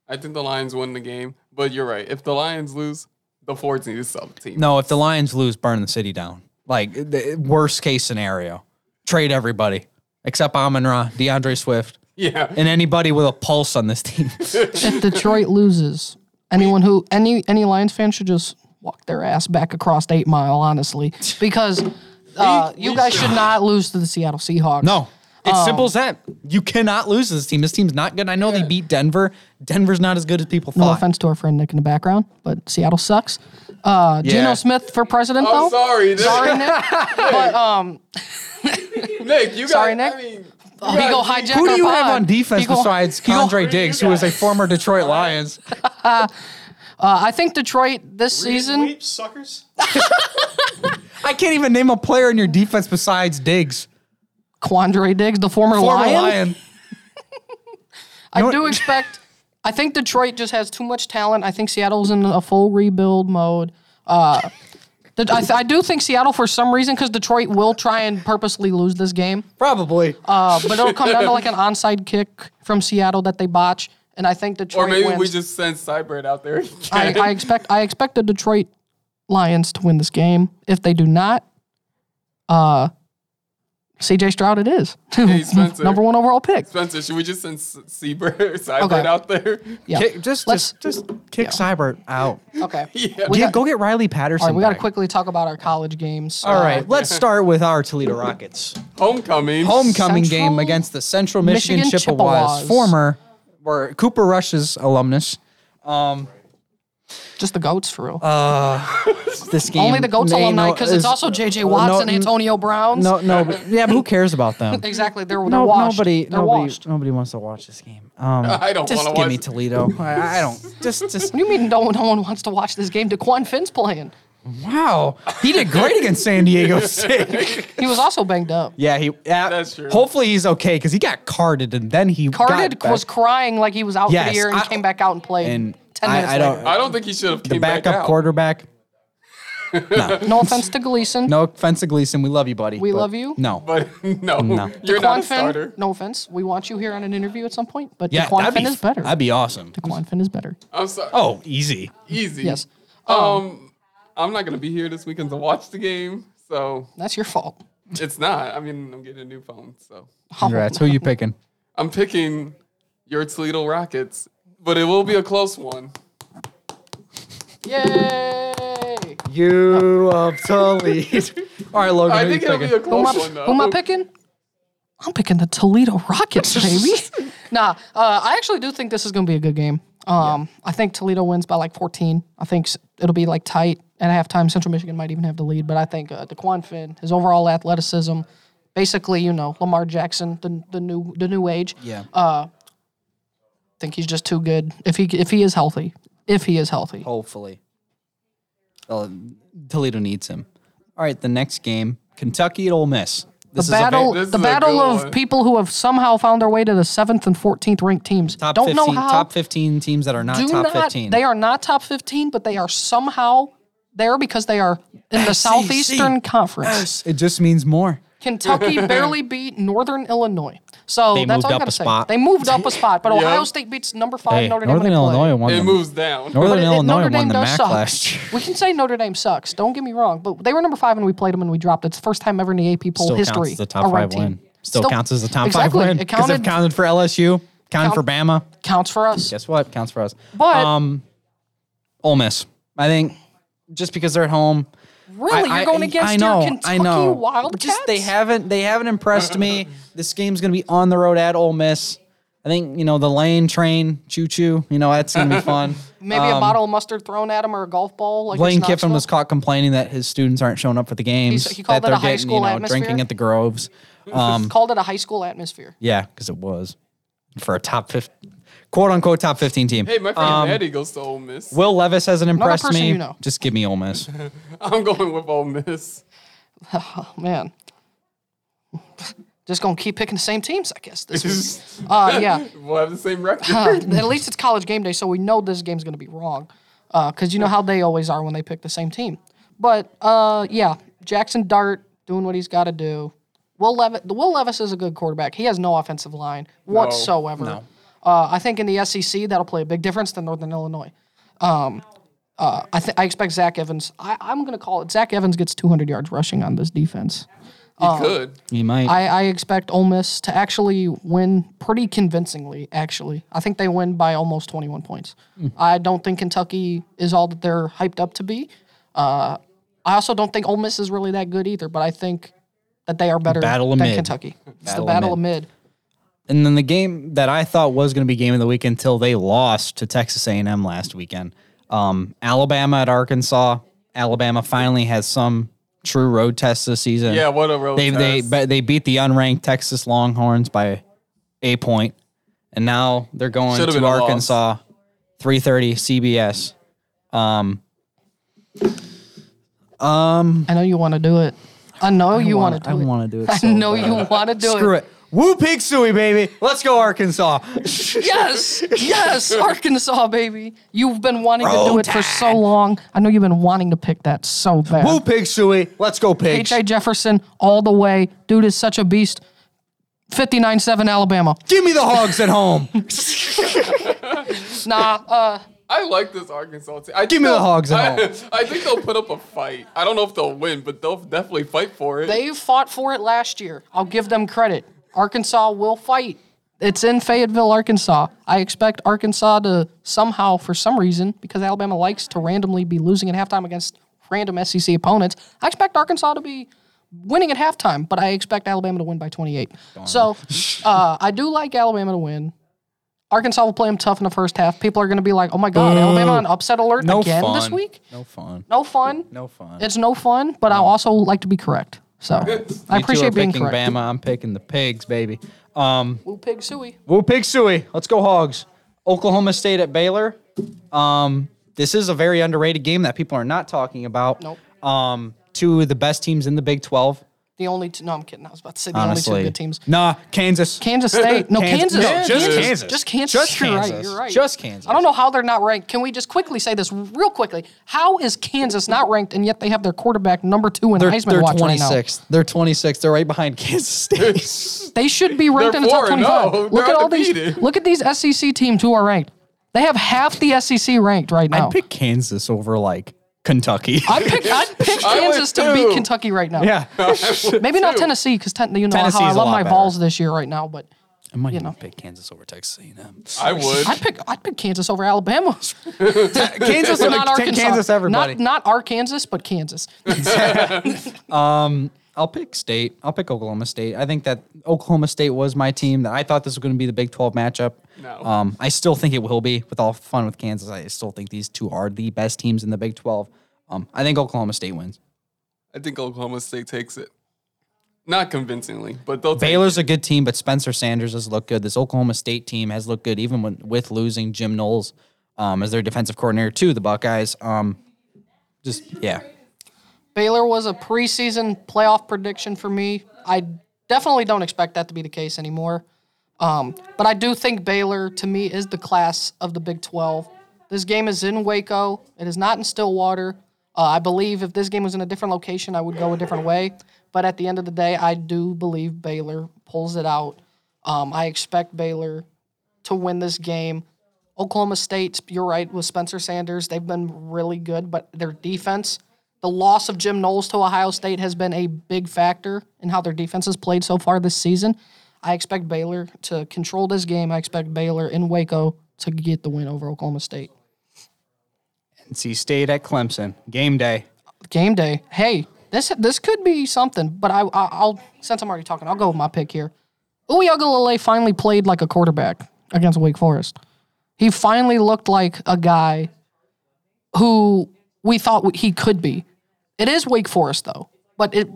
[SPEAKER 3] I think the Lions win the game, but you're right. If the Lions lose, the Fords need to sell the team.
[SPEAKER 1] No, if the Lions lose, burn the city down. Like the worst case scenario, trade everybody except Amon Ra, DeAndre Swift,
[SPEAKER 3] Yeah.
[SPEAKER 1] and anybody with a pulse on this team.
[SPEAKER 2] if Detroit loses, anyone who any any Lions fan should just walk their ass back across Eight Mile, honestly, because uh, you guys should not lose to the Seattle Seahawks.
[SPEAKER 1] No. It's
[SPEAKER 2] Oh.
[SPEAKER 1] simple as that. You cannot lose to this team. This team's not good. I know they beat Denver. Denver's not as good as people
[SPEAKER 2] No
[SPEAKER 1] thought.
[SPEAKER 2] offense to our friend Nick in the background, but Seattle sucks. Uh,
[SPEAKER 1] Yeah.
[SPEAKER 2] Geno Smith for president,
[SPEAKER 3] I'm
[SPEAKER 2] though.
[SPEAKER 3] sorry. Nick.
[SPEAKER 2] Sorry, Nick. but um,
[SPEAKER 3] Nick, you
[SPEAKER 2] Sorry,
[SPEAKER 3] got.
[SPEAKER 2] Nick.
[SPEAKER 3] I mean,
[SPEAKER 2] he go hijack.
[SPEAKER 1] Who do
[SPEAKER 2] our
[SPEAKER 1] you
[SPEAKER 2] pod.
[SPEAKER 1] have on defense
[SPEAKER 2] He go-
[SPEAKER 1] besides
[SPEAKER 2] he go-
[SPEAKER 1] Andre Diggs, who is a former Detroit Lions?
[SPEAKER 2] Uh, I think Detroit this season.
[SPEAKER 4] Weep, suckers.
[SPEAKER 1] I can't even name a player in your defense besides Diggs.
[SPEAKER 2] Quandre Diggs, the former,
[SPEAKER 1] Former
[SPEAKER 2] Lion.
[SPEAKER 1] Lion.
[SPEAKER 2] I
[SPEAKER 1] know
[SPEAKER 2] do
[SPEAKER 1] what-
[SPEAKER 2] expect. I think Detroit just has too much talent. I think Seattle's in a full rebuild mode. Uh, the- I, I do think Seattle, for some reason, because Detroit will try and purposely lose this game,
[SPEAKER 1] Probably.
[SPEAKER 2] uh, but it'll come down to like an onside kick from Seattle that they botch, and I think Detroit
[SPEAKER 3] or maybe
[SPEAKER 2] wins.
[SPEAKER 3] we just send Cybert out there.
[SPEAKER 2] I, I expect I expect the Detroit Lions to win this game. If they do not, uh, C.J. Stroud, it is
[SPEAKER 3] Hey, Spencer.
[SPEAKER 2] number one overall pick.
[SPEAKER 3] Spencer, should we just send S- Cybert or Cybert
[SPEAKER 2] Okay.
[SPEAKER 3] out there?
[SPEAKER 2] Yeah.
[SPEAKER 1] Kick- just,
[SPEAKER 2] Let's-
[SPEAKER 1] just, just kick Seibert out.
[SPEAKER 2] Okay.
[SPEAKER 3] Yeah.
[SPEAKER 2] We
[SPEAKER 1] Get-
[SPEAKER 2] got-
[SPEAKER 1] go get Riley Patterson.
[SPEAKER 2] All right, we got uh, to
[SPEAKER 1] back.
[SPEAKER 2] quickly talk about our college games.
[SPEAKER 1] All right, let's start with our Toledo Rockets
[SPEAKER 3] Homecoming.
[SPEAKER 1] homecoming
[SPEAKER 2] Central-
[SPEAKER 1] game against the Central Michigan,
[SPEAKER 2] Michigan
[SPEAKER 1] Chippewas,
[SPEAKER 2] Chippewas.
[SPEAKER 1] former or Cooper Rush's alumnus.
[SPEAKER 2] Just the goats for real.
[SPEAKER 1] This game
[SPEAKER 2] Only the goats
[SPEAKER 1] may
[SPEAKER 2] alumni
[SPEAKER 1] Um, know-
[SPEAKER 2] because it's
[SPEAKER 1] is-
[SPEAKER 2] also J.J. Watts
[SPEAKER 1] no,
[SPEAKER 2] and Antonio Browns.
[SPEAKER 1] No, no, but, yeah, but who cares about them?
[SPEAKER 2] exactly. They're, they're
[SPEAKER 1] No,
[SPEAKER 2] washed.
[SPEAKER 1] nobody,
[SPEAKER 2] they're
[SPEAKER 1] nobody,
[SPEAKER 2] washed.
[SPEAKER 1] nobody wants to watch this game. Um,
[SPEAKER 3] I don't
[SPEAKER 1] just
[SPEAKER 3] wanna
[SPEAKER 1] give
[SPEAKER 3] watch-
[SPEAKER 1] me Toledo. I, I don't. Just, just
[SPEAKER 2] What do you mean? No, no one wants to watch this game. DeQuan Finn's playing.
[SPEAKER 1] wow. He did great against San Diego State.
[SPEAKER 2] He was also banged up.
[SPEAKER 1] yeah, he. Yeah,
[SPEAKER 3] That's true.
[SPEAKER 1] Hopefully he's okay because he got carded and then he
[SPEAKER 2] Carded
[SPEAKER 1] got back-
[SPEAKER 2] was crying like he was out for
[SPEAKER 1] Yes,
[SPEAKER 2] the year and
[SPEAKER 1] I-
[SPEAKER 2] came back out and played.
[SPEAKER 1] and
[SPEAKER 2] Ten
[SPEAKER 1] I-
[SPEAKER 2] minutes
[SPEAKER 1] I don't-
[SPEAKER 2] later.
[SPEAKER 3] I don't think he should have
[SPEAKER 1] the
[SPEAKER 3] came back
[SPEAKER 1] backup
[SPEAKER 3] out.
[SPEAKER 1] quarterback.
[SPEAKER 2] No offense to Gleason.
[SPEAKER 1] No offense to Gleason, we love you, buddy.
[SPEAKER 2] We
[SPEAKER 1] but
[SPEAKER 2] love you.
[SPEAKER 1] No,
[SPEAKER 3] But no, you're
[SPEAKER 2] DeQuan
[SPEAKER 3] not a starter.
[SPEAKER 2] Finn. No offense. We want you here on an interview at some point, but
[SPEAKER 1] yeah,
[SPEAKER 2] DeQuan
[SPEAKER 1] that'd
[SPEAKER 2] Finn
[SPEAKER 1] be,
[SPEAKER 2] is better.
[SPEAKER 1] That'd be awesome.
[SPEAKER 2] DeQuan Finn is better.
[SPEAKER 3] I'm sorry.
[SPEAKER 1] Oh, easy.
[SPEAKER 3] easy.
[SPEAKER 2] Yes,
[SPEAKER 3] Um, I'm not gonna be here this weekend to watch the game, so
[SPEAKER 2] that's your fault.
[SPEAKER 3] it's not. I mean, I'm getting a new phone, so
[SPEAKER 1] Congrats. Who you picking?
[SPEAKER 3] I'm picking your Toledo Rockets, but it will be a close one.
[SPEAKER 2] Yay!
[SPEAKER 1] You of Toledo. All right, Logan.
[SPEAKER 3] I
[SPEAKER 1] who you
[SPEAKER 3] think it'll be
[SPEAKER 1] picking?
[SPEAKER 3] a
[SPEAKER 2] Who am,
[SPEAKER 3] close
[SPEAKER 2] I,
[SPEAKER 3] one though.
[SPEAKER 2] who am I picking? I'm picking the Toledo Rockets, baby. nah, uh, I actually do think this is going to be a good game. Um, I think Toledo wins by like 14. I think s- it'll be like tight at halftime. Central Michigan might even have the lead, but I think uh, DeQuan Finn, his overall athleticism, basically, you know, Lamar Jackson, the, the new the new age.
[SPEAKER 1] Yeah.
[SPEAKER 2] Uh, I think he's just too good. If he if he is healthy, if he is healthy,
[SPEAKER 1] Hopefully. Oh, Well, Toledo needs him. All right, the next game Kentucky at Ole Miss. this
[SPEAKER 2] the
[SPEAKER 1] is a
[SPEAKER 2] battle,
[SPEAKER 1] very-
[SPEAKER 3] This
[SPEAKER 2] the
[SPEAKER 3] is a
[SPEAKER 2] battle
[SPEAKER 3] good
[SPEAKER 2] of
[SPEAKER 3] one.
[SPEAKER 2] people who have somehow found their way to the seventh and fourteenth ranked teams.
[SPEAKER 1] top
[SPEAKER 2] Don't
[SPEAKER 1] 15,
[SPEAKER 2] know how.
[SPEAKER 1] top 15 teams that are not
[SPEAKER 2] do
[SPEAKER 1] top
[SPEAKER 2] not.
[SPEAKER 1] 15.
[SPEAKER 2] They are not top fifteen, but they are somehow there because they are in the southeastern conference.
[SPEAKER 1] It just means more.
[SPEAKER 2] Kentucky barely beat Northern Illinois, so
[SPEAKER 4] They
[SPEAKER 2] that's
[SPEAKER 4] moved
[SPEAKER 2] all I
[SPEAKER 4] up
[SPEAKER 2] gotta
[SPEAKER 4] a
[SPEAKER 2] say.
[SPEAKER 4] spot.
[SPEAKER 2] They moved up a spot, but
[SPEAKER 3] Yeah.
[SPEAKER 2] Ohio State beats number five
[SPEAKER 4] Hey,
[SPEAKER 2] Notre Dame.
[SPEAKER 1] Northern
[SPEAKER 2] when they play.
[SPEAKER 1] Illinois won.
[SPEAKER 3] It
[SPEAKER 1] the-
[SPEAKER 3] moves down.
[SPEAKER 1] Northern
[SPEAKER 2] But it-
[SPEAKER 1] Illinois
[SPEAKER 2] Notre
[SPEAKER 1] won
[SPEAKER 2] Dame
[SPEAKER 1] the
[SPEAKER 2] does
[SPEAKER 1] MAC
[SPEAKER 2] suck.
[SPEAKER 1] last year.
[SPEAKER 2] We can say Notre Dame sucks. Don't get me wrong, but they were number five and we played them and we dropped. It's the first time ever in the AP poll
[SPEAKER 4] Still
[SPEAKER 2] history.
[SPEAKER 4] counts as a
[SPEAKER 2] a
[SPEAKER 4] top
[SPEAKER 2] ranked
[SPEAKER 4] five
[SPEAKER 2] team.
[SPEAKER 4] win. Still, counts as a top
[SPEAKER 2] exactly.
[SPEAKER 4] five win.
[SPEAKER 2] It
[SPEAKER 4] Because
[SPEAKER 2] counted,
[SPEAKER 4] it counted for LSU, counted for Bama.
[SPEAKER 2] counts for us.
[SPEAKER 1] Guess what? Counts for us.
[SPEAKER 2] But-
[SPEAKER 1] um, Ole Miss. I think just because they're at home.
[SPEAKER 2] Really,
[SPEAKER 1] I-
[SPEAKER 2] you're going
[SPEAKER 1] I-
[SPEAKER 2] against
[SPEAKER 1] I know,
[SPEAKER 2] your Kentucky
[SPEAKER 1] I know. But
[SPEAKER 2] Wildcats?
[SPEAKER 1] Just they haven't they haven't impressed me. This game's gonna be on the road at Ole Miss. I think you know the lane train choo choo. You know that's gonna be fun.
[SPEAKER 2] maybe a bottle of mustard thrown at him or a golf ball. Like
[SPEAKER 1] um, Lane
[SPEAKER 2] it's
[SPEAKER 1] Kiffin was
[SPEAKER 2] Knoxville.
[SPEAKER 1] caught complaining that his students aren't showing up for the games.
[SPEAKER 2] he called
[SPEAKER 1] that
[SPEAKER 2] it
[SPEAKER 1] they're
[SPEAKER 2] a high
[SPEAKER 1] getting,
[SPEAKER 2] school
[SPEAKER 1] you know,
[SPEAKER 2] atmosphere?
[SPEAKER 1] drinking at the groves. um,
[SPEAKER 2] called it a high school atmosphere.
[SPEAKER 1] Yeah, because it was for a top fifteen, quote unquote top fifteen team.
[SPEAKER 3] Hey, my friend
[SPEAKER 1] Um,
[SPEAKER 3] Eddie goes to Ole Miss.
[SPEAKER 1] Will Levis hasn't impressed
[SPEAKER 2] person
[SPEAKER 1] me.
[SPEAKER 2] you know.
[SPEAKER 1] Just give me Ole Miss.
[SPEAKER 3] I'm going with Ole Miss.
[SPEAKER 2] Oh man, just gonna keep picking the same teams, I guess. This week.
[SPEAKER 3] we'll
[SPEAKER 2] uh, yeah.
[SPEAKER 3] have the same record.
[SPEAKER 2] Uh, at least it's college game day, so we know this game's going to be wrong. Because you know how they always are when they pick the same team. But uh, yeah, Jackson Dart doing what he's got to do. Will Levis, Will Levis is a good quarterback. He has no offensive line whatsoever. Uh, I think in the SEC, that'll play a big difference than Northern Illinois. Um, uh, I, th- I expect Zach Evans. I- I'm going to call it. Zach Evans gets 200 yards rushing on this defense. uh,
[SPEAKER 3] He could.
[SPEAKER 1] He might.
[SPEAKER 2] I, I expect Ole Miss to actually win pretty convincingly, actually. I think they win by almost 21 points. I don't think Kentucky is all that they're hyped up to be. Uh, I also don't think Ole Miss is really that good either, but I think that they are better
[SPEAKER 1] Battle of
[SPEAKER 2] than
[SPEAKER 1] mid.
[SPEAKER 2] Kentucky. It's
[SPEAKER 1] Battle
[SPEAKER 2] the
[SPEAKER 1] of
[SPEAKER 2] battle of mid.
[SPEAKER 1] and then the game that I thought was going to be game of the week until they lost to Texas A&M last weekend. Um, Alabama at Arkansas. Alabama finally has some true road test this season.
[SPEAKER 3] Yeah, what a road
[SPEAKER 1] they they
[SPEAKER 3] test.
[SPEAKER 1] but they beat the unranked Texas Longhorns by a point, and now they're going
[SPEAKER 3] Should've been
[SPEAKER 1] to
[SPEAKER 3] a loss.
[SPEAKER 1] Arkansas, three thirty CBS.
[SPEAKER 2] I know you want to do it. I know you want to do
[SPEAKER 1] I
[SPEAKER 2] it.
[SPEAKER 1] want to do it.
[SPEAKER 2] I
[SPEAKER 1] so
[SPEAKER 2] know
[SPEAKER 1] bad.
[SPEAKER 2] you want to do it.
[SPEAKER 1] Screw it. Woo pig suey, baby. Let's go Arkansas.
[SPEAKER 2] Yes, yes, Arkansas, baby. You've been wanting to do it for so long. I know you've been wanting to pick that so bad.
[SPEAKER 1] Woo pig suey. Let's go pigs.
[SPEAKER 2] H.A. Jefferson all the way. Dude is such a beast. 59 7 Alabama.
[SPEAKER 1] Give me the hogs at home.
[SPEAKER 2] Nah, uh,
[SPEAKER 3] I like this Arkansas team. I
[SPEAKER 1] Give me the Hogs at
[SPEAKER 3] I, I think they'll put up a fight. I don't know if they'll win, but they'll definitely fight for it.
[SPEAKER 2] they fought for it last year. I'll give them credit. Arkansas will fight. It's in Fayetteville, Arkansas. I expect Arkansas to somehow, for some reason, because Alabama likes to randomly be losing at halftime against random SEC opponents, I expect Arkansas to be winning at halftime, but I expect Alabama to win by 28. So uh, I do like Alabama to win. Arkansas will play them tough in the first half. People are going to be like, oh my God, Alabama on upset alert
[SPEAKER 1] No
[SPEAKER 2] again
[SPEAKER 1] fun.
[SPEAKER 2] this week?
[SPEAKER 1] No fun.
[SPEAKER 2] No fun.
[SPEAKER 1] No fun.
[SPEAKER 2] It's no fun, but I also like to be correct. So I
[SPEAKER 1] you two are
[SPEAKER 2] appreciate being
[SPEAKER 1] picking
[SPEAKER 2] correct.
[SPEAKER 1] Bama. I'm picking the pigs, baby. Um,
[SPEAKER 2] Woo pig suey.
[SPEAKER 1] woo pig suey. Let's go hogs. Oklahoma State at Baylor. Um, this is a very underrated game that people are not talking about.
[SPEAKER 2] Nope.
[SPEAKER 1] Um, two of the best teams in the Big 12.
[SPEAKER 2] The only two, no, I'm kidding. I was about to say the
[SPEAKER 1] Honestly.
[SPEAKER 2] only two good teams.
[SPEAKER 1] Nah, Kansas.
[SPEAKER 2] Kansas State. No, Kansas.
[SPEAKER 1] No, just
[SPEAKER 4] Kansas.
[SPEAKER 2] Just Kansas.
[SPEAKER 1] Just
[SPEAKER 2] you're
[SPEAKER 1] Kansas.
[SPEAKER 2] right. You're right.
[SPEAKER 1] Just Kansas.
[SPEAKER 2] I don't know how they're not ranked. Can we just quickly say this real quickly? How is Kansas not ranked and yet they have their quarterback number two in
[SPEAKER 1] They're,
[SPEAKER 2] Heisman
[SPEAKER 1] they're
[SPEAKER 2] watch
[SPEAKER 1] 26th.
[SPEAKER 2] right
[SPEAKER 1] They're 26th. They're right behind Kansas State.
[SPEAKER 2] now? They should be ranked
[SPEAKER 3] They're
[SPEAKER 2] in the top
[SPEAKER 3] four and
[SPEAKER 2] 25.
[SPEAKER 3] oh.
[SPEAKER 2] look
[SPEAKER 3] They're
[SPEAKER 2] at all these.
[SPEAKER 3] undefeated.
[SPEAKER 2] Look at these SEC teams who are ranked. They have half the SEC ranked right now.
[SPEAKER 1] I'd pick Kansas over like Kentucky.
[SPEAKER 2] I'd pick, I'd pick
[SPEAKER 3] I would
[SPEAKER 2] Kansas to
[SPEAKER 3] too.
[SPEAKER 2] beat Kentucky right now.
[SPEAKER 1] yeah.
[SPEAKER 2] Maybe not Tennessee because ten, you know
[SPEAKER 1] Tennessee's
[SPEAKER 2] how I
[SPEAKER 1] a
[SPEAKER 2] love
[SPEAKER 1] lot
[SPEAKER 2] my
[SPEAKER 1] better.
[SPEAKER 2] balls this year right now, but
[SPEAKER 1] I might not pick Kansas over Texas A&M.
[SPEAKER 3] I would.
[SPEAKER 2] I'd pick I'd pick Kansas over Alabama.
[SPEAKER 1] Kansas,
[SPEAKER 2] But not Arkansas.
[SPEAKER 1] Kansas, everybody.
[SPEAKER 2] Not not Arkansas, but Kansas.
[SPEAKER 1] I'll pick State. I'll pick Oklahoma State. I think that Oklahoma State was my team that I thought this was going to be the Big 12 matchup.
[SPEAKER 3] No.
[SPEAKER 1] Um, I still think it will be. With all fun with Kansas, I still think these two are the best teams in the Big 12. Um, I think Oklahoma State wins.
[SPEAKER 3] I think Oklahoma State takes it. Not convincingly, but they'll take
[SPEAKER 1] Baylor's a good team, but Spencer Sanders has looked good. This Oklahoma State team has looked good, even when, with losing Jim Knowles um, as their defensive coordinator to the Buckeyes. Um, just yeah,
[SPEAKER 2] Baylor was a preseason playoff prediction for me. I definitely don't expect that to be the case anymore. Um, but I do think Baylor, to me, is the class of the Big 12. This game is in Waco. It is not in Stillwater. Uh, I believe if this game was in a different location, I would go a different way. But at the end of the day, I do believe Baylor pulls it out. Um, I expect Baylor to win this game. Oklahoma State, you're right, with Spencer Sanders, they've been really good, but their defense, the loss of Jim Knowles to Ohio State has been a big factor in how their defense has played so far this season. I expect Baylor to control this game. I expect Baylor in Waco to get the win over Oklahoma State.
[SPEAKER 1] NC State at Clemson. Game day.
[SPEAKER 2] Game day. Hey, this this could be something, but I, I I'll since I'm already talking, I'll go with my pick here. Uyagalele finally played like a quarterback against Wake Forest. He finally looked like a guy who we thought he could be. It is Wake Forest though, but it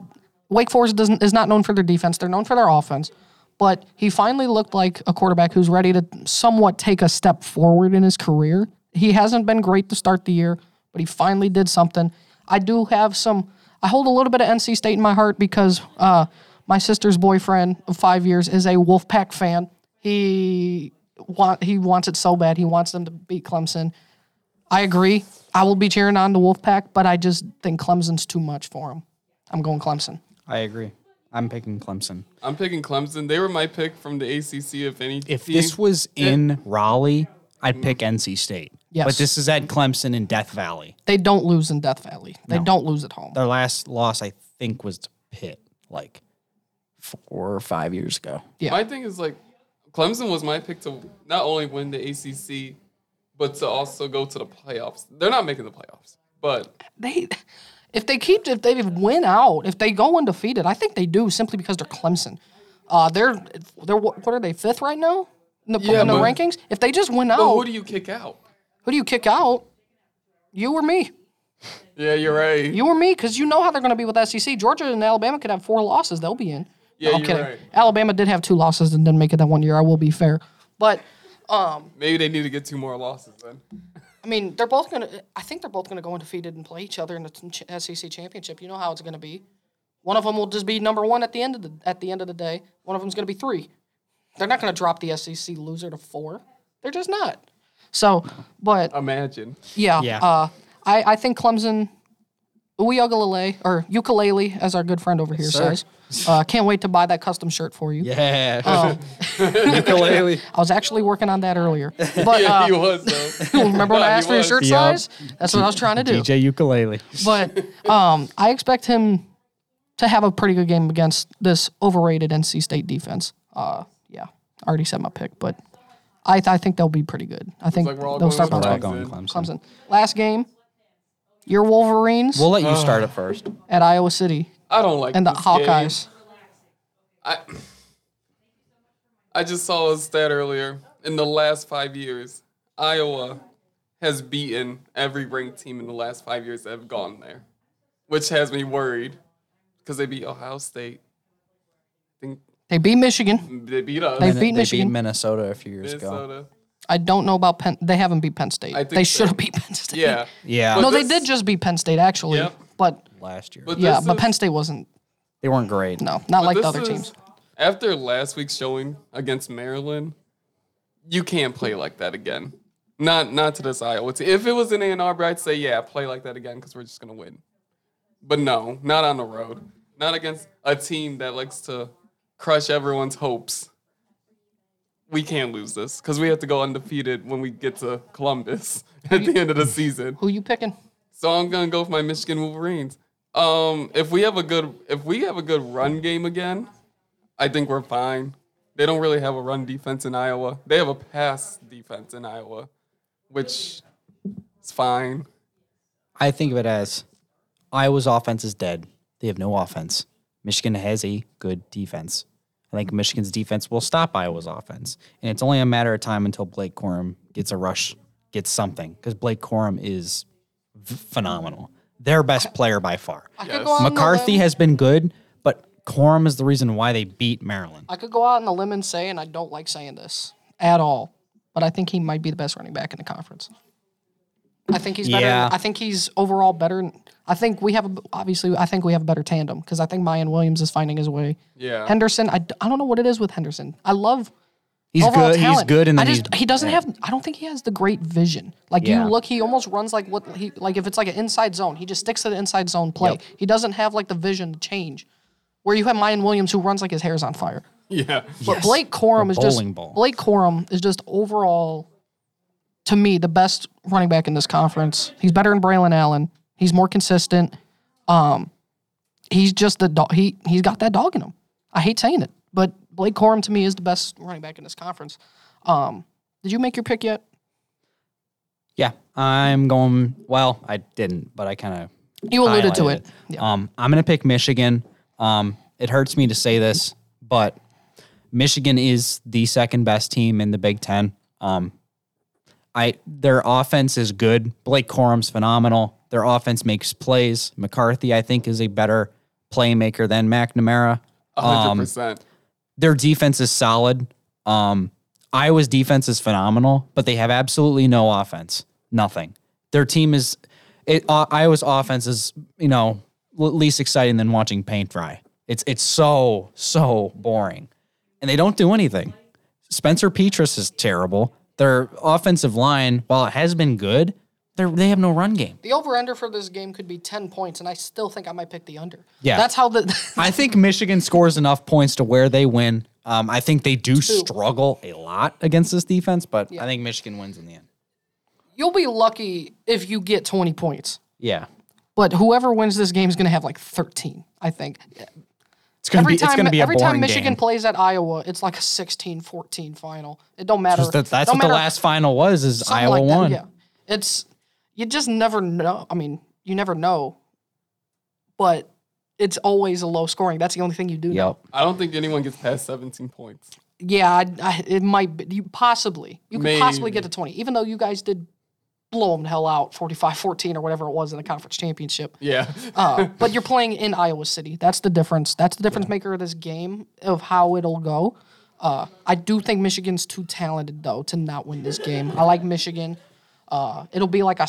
[SPEAKER 2] Wake Forest doesn't is not known for their defense. They're known for their offense. But he finally looked like a quarterback who's ready to somewhat take a step forward in his career. He hasn't been great to start the year, but he finally did something. I do have some. I hold a little bit of NC State in my heart because uh, my sister's boyfriend of five years is a Wolfpack fan. He want he wants it so bad. He wants them to beat Clemson. I agree. I will be cheering on the Wolfpack, but I just think Clemson's too much for him. I'm going Clemson.
[SPEAKER 1] I agree. I'm picking Clemson.
[SPEAKER 3] I'm picking Clemson. They were my pick from the ACC. If any,
[SPEAKER 1] If
[SPEAKER 3] team.
[SPEAKER 1] this was in Raleigh, I'd pick NC State.
[SPEAKER 2] Yes.
[SPEAKER 1] But this is at Clemson in Death Valley.
[SPEAKER 2] They don't lose in Death Valley. They don't lose at home.
[SPEAKER 1] Their last loss, I think, was to Pitt, like four or five years ago.
[SPEAKER 2] Yeah.
[SPEAKER 3] My thing is like, Clemson was my pick to not only win the ACC, but to also go to the playoffs. They're not making the playoffs, but
[SPEAKER 2] They if they keep if they win out, if they go undefeated, I think they do simply because they're Clemson. Uh, they're they're what what are they fifth right now in the,
[SPEAKER 3] Yeah,
[SPEAKER 2] in the
[SPEAKER 3] but-
[SPEAKER 2] rankings? If they just win out,
[SPEAKER 3] but
[SPEAKER 2] who
[SPEAKER 3] who
[SPEAKER 2] do,
[SPEAKER 3] do you kick out?
[SPEAKER 2] you kick out? You or me?
[SPEAKER 3] Yeah, you're right.
[SPEAKER 2] You or me? Because you know how they're going to be with SEC. Georgia and Alabama could have four losses. They'll be in.
[SPEAKER 3] Yeah,
[SPEAKER 2] I'm
[SPEAKER 3] you're
[SPEAKER 2] kidding.
[SPEAKER 3] right.
[SPEAKER 2] Alabama did have two losses and didn't make it that one year. I will be fair, but
[SPEAKER 3] Maybe they need to get two more losses then.
[SPEAKER 2] I mean, they're both gonna. I think they're both gonna go undefeated and play each other in the ch- SEC championship. You know how it's gonna be. One of them will just be number one at the end of the at the end of the day. One of them's gonna be three. They're not gonna drop the SEC loser to four. They're just not. So, but
[SPEAKER 3] Imagine.
[SPEAKER 2] yeah,
[SPEAKER 1] Yeah.
[SPEAKER 2] Uh, I I think Clemson, Uyagalele or ukulele, as our good friend over here
[SPEAKER 1] sir.
[SPEAKER 2] says. Uh, can't wait to buy that custom shirt for you.
[SPEAKER 1] Yeah. Ukulele.
[SPEAKER 2] I was actually working on that earlier, but
[SPEAKER 3] yeah,
[SPEAKER 2] uh,
[SPEAKER 3] he was though.
[SPEAKER 2] remember when I
[SPEAKER 3] He
[SPEAKER 2] asked for your
[SPEAKER 3] was.
[SPEAKER 2] shirt
[SPEAKER 1] Yup.
[SPEAKER 2] size? That's what I was trying to do.
[SPEAKER 1] DJ Ukulele.
[SPEAKER 2] but um, I expect him to have a pretty good game against this overrated NC State defense. Uh, yeah, I already said my pick, but I, th- I think they'll be pretty good. I think
[SPEAKER 3] like we're all
[SPEAKER 2] they'll
[SPEAKER 3] going
[SPEAKER 2] start
[SPEAKER 3] with
[SPEAKER 1] We're all
[SPEAKER 2] with
[SPEAKER 3] Clemson.
[SPEAKER 1] going Clemson.
[SPEAKER 2] Clemson. Last game, your Wolverines
[SPEAKER 1] We'll let you start it first.
[SPEAKER 2] at Iowa City
[SPEAKER 3] I don't like
[SPEAKER 2] and the
[SPEAKER 3] this game.
[SPEAKER 2] Hawkeyes.
[SPEAKER 3] I I just saw a stat earlier. In the last five years, Iowa has beaten every ranked team in the last five years that have gone there, which has me worried because they beat Ohio State. I think
[SPEAKER 2] They beat Michigan.
[SPEAKER 3] they beat us.
[SPEAKER 2] They
[SPEAKER 1] They
[SPEAKER 2] beat Michigan.
[SPEAKER 1] beat Minnesota a few years ago.
[SPEAKER 3] Minnesota.
[SPEAKER 2] I don't know about Penn. They haven't beat Penn State.
[SPEAKER 3] I think
[SPEAKER 2] They
[SPEAKER 3] so.
[SPEAKER 2] should have beat Penn State.
[SPEAKER 3] Yeah.
[SPEAKER 1] Yeah.
[SPEAKER 2] No, they
[SPEAKER 3] this-
[SPEAKER 2] did just beat Penn State actually.
[SPEAKER 3] Yep.
[SPEAKER 2] But
[SPEAKER 1] Last year.
[SPEAKER 3] But
[SPEAKER 2] yeah,
[SPEAKER 3] this
[SPEAKER 2] but
[SPEAKER 3] is-
[SPEAKER 2] Penn State wasn't.
[SPEAKER 1] They weren't great.
[SPEAKER 2] No, not like
[SPEAKER 3] But
[SPEAKER 2] the other
[SPEAKER 3] this
[SPEAKER 2] teams.
[SPEAKER 3] is- After last week's showing against Maryland, you can't play like that again. Not not to this Iowa team. If it was in Ann Arbor, I'd say yeah, play like that again because we're just gonna win. But no, not on the road. Not against a team that likes to crush everyone's hopes. We can't lose this because we have to go undefeated when we get to Columbus at the end of the season.
[SPEAKER 2] Who you picking?
[SPEAKER 3] So I'm gonna go with my Michigan Wolverines. Um, if we have a good if we have a good run game again, I think we're fine. They don't really have a run defense in Iowa. They have a pass defense in Iowa, which is fine.
[SPEAKER 1] I think of it as Iowa's offense is dead. They have no offense. Michigan has a good defense. I think Michigan's defense will stop Iowa's offense. And it's only a matter of time until Blake Corum gets a rush, gets something, because Blake Corum is v- phenomenal. Their best player by far.
[SPEAKER 2] I
[SPEAKER 3] Yes.
[SPEAKER 2] could go out on a
[SPEAKER 1] McCarthy
[SPEAKER 2] limb.
[SPEAKER 1] has been good, but Corum is the reason why they beat Maryland.
[SPEAKER 2] I could go out on a limb and say, and I don't like saying this at all, but I think he might be the best running back in the conference. I think he's better.
[SPEAKER 1] Yeah.
[SPEAKER 2] I think he's overall better. I think we have a, obviously. I think we have a better tandem because I think Mayan Williams is finding his way.
[SPEAKER 3] Yeah.
[SPEAKER 2] Henderson. I, d- I don't know what it is with Henderson. I love.
[SPEAKER 1] He's
[SPEAKER 2] overall
[SPEAKER 1] good. He's
[SPEAKER 2] talent.
[SPEAKER 1] good, and
[SPEAKER 2] I
[SPEAKER 1] then
[SPEAKER 2] just
[SPEAKER 1] he's
[SPEAKER 2] he doesn't have. I don't think he has the great vision. Like
[SPEAKER 1] Yeah.
[SPEAKER 2] you look, he almost runs like what he like if it's like an inside zone, he just sticks to the inside zone play. He doesn't have like the vision to change. Where you have Mayan Williams who runs like his hair's on fire.
[SPEAKER 3] Yeah.
[SPEAKER 2] But Blake Corum
[SPEAKER 1] A
[SPEAKER 2] is just
[SPEAKER 1] bowling ball.
[SPEAKER 2] Blake Corum is just overall, to me, the best running back in this conference. He's better than Braylon Allen. He's more consistent. Um, he's just the dog. He he's got that dog in him. I hate saying it, but Blake Corum to me is the best running back in this conference. Um, did you make your pick yet?
[SPEAKER 1] yeah. I'm going. Well, I didn't, but I kind of
[SPEAKER 2] You alluded to
[SPEAKER 1] highlighted
[SPEAKER 2] it. Yeah.
[SPEAKER 1] Um, I'm going to pick Michigan. Um, it hurts me to say this, but Michigan is the second best team in the Big Ten. Um, I their offense is good. Blake Corum's phenomenal. Their offense makes plays. McCarthy, I think, is a better playmaker than McNamara.
[SPEAKER 3] hundred
[SPEAKER 1] Um,
[SPEAKER 3] percent.
[SPEAKER 1] their defense is solid. Um, Iowa's defense is phenomenal, but they have absolutely no offense. Nothing. Their team is it, uh, Iowa's offense is you know l- least exciting than watching paint dry. It's it's so so boring, and they don't do anything. Spencer Petras is terrible. Their offensive line, while it has been good, they they have no run game.
[SPEAKER 2] the over under for this game could be ten points, and I still think I might pick the under.
[SPEAKER 1] Yeah.
[SPEAKER 2] that's how the
[SPEAKER 1] I think Michigan scores enough points to where they win. Um, I think they do struggle a lot against this defense, but I think Michigan wins in the end.
[SPEAKER 2] you'll be lucky if you get twenty points.
[SPEAKER 1] Yeah,
[SPEAKER 2] But whoever wins this game is going to have like 13, I think.
[SPEAKER 1] it's gonna
[SPEAKER 2] every
[SPEAKER 1] be
[SPEAKER 2] time,
[SPEAKER 1] it's gonna be a
[SPEAKER 2] every time
[SPEAKER 1] boring
[SPEAKER 2] Michigan
[SPEAKER 1] game.
[SPEAKER 2] plays at Iowa, it's like a 16-14 final. It don't matter.
[SPEAKER 1] That- that's
[SPEAKER 2] don't
[SPEAKER 1] what the
[SPEAKER 2] matter-
[SPEAKER 1] last final was. Is
[SPEAKER 2] something
[SPEAKER 1] Iowa
[SPEAKER 2] like that,
[SPEAKER 1] won?
[SPEAKER 2] Yeah, it's you just never know. I mean, you never know, but it's always a low scoring. That's the only thing you do
[SPEAKER 1] Yep.
[SPEAKER 2] know.
[SPEAKER 3] I don't think anyone gets past seventeen points.
[SPEAKER 2] Yeah, I, I, it might be, you possibly you could possibly get
[SPEAKER 3] Maybe.
[SPEAKER 2] to 20, even though you guys did blow them the hell out 45-14 or whatever it was in the conference championship.
[SPEAKER 3] Yeah.
[SPEAKER 2] Uh, but you're playing in Iowa City. That's the difference. That's the difference maker of this game of how it'll go. Uh, I do think Michigan's too talented though to not win this game. I like Michigan. Uh, it'll be like a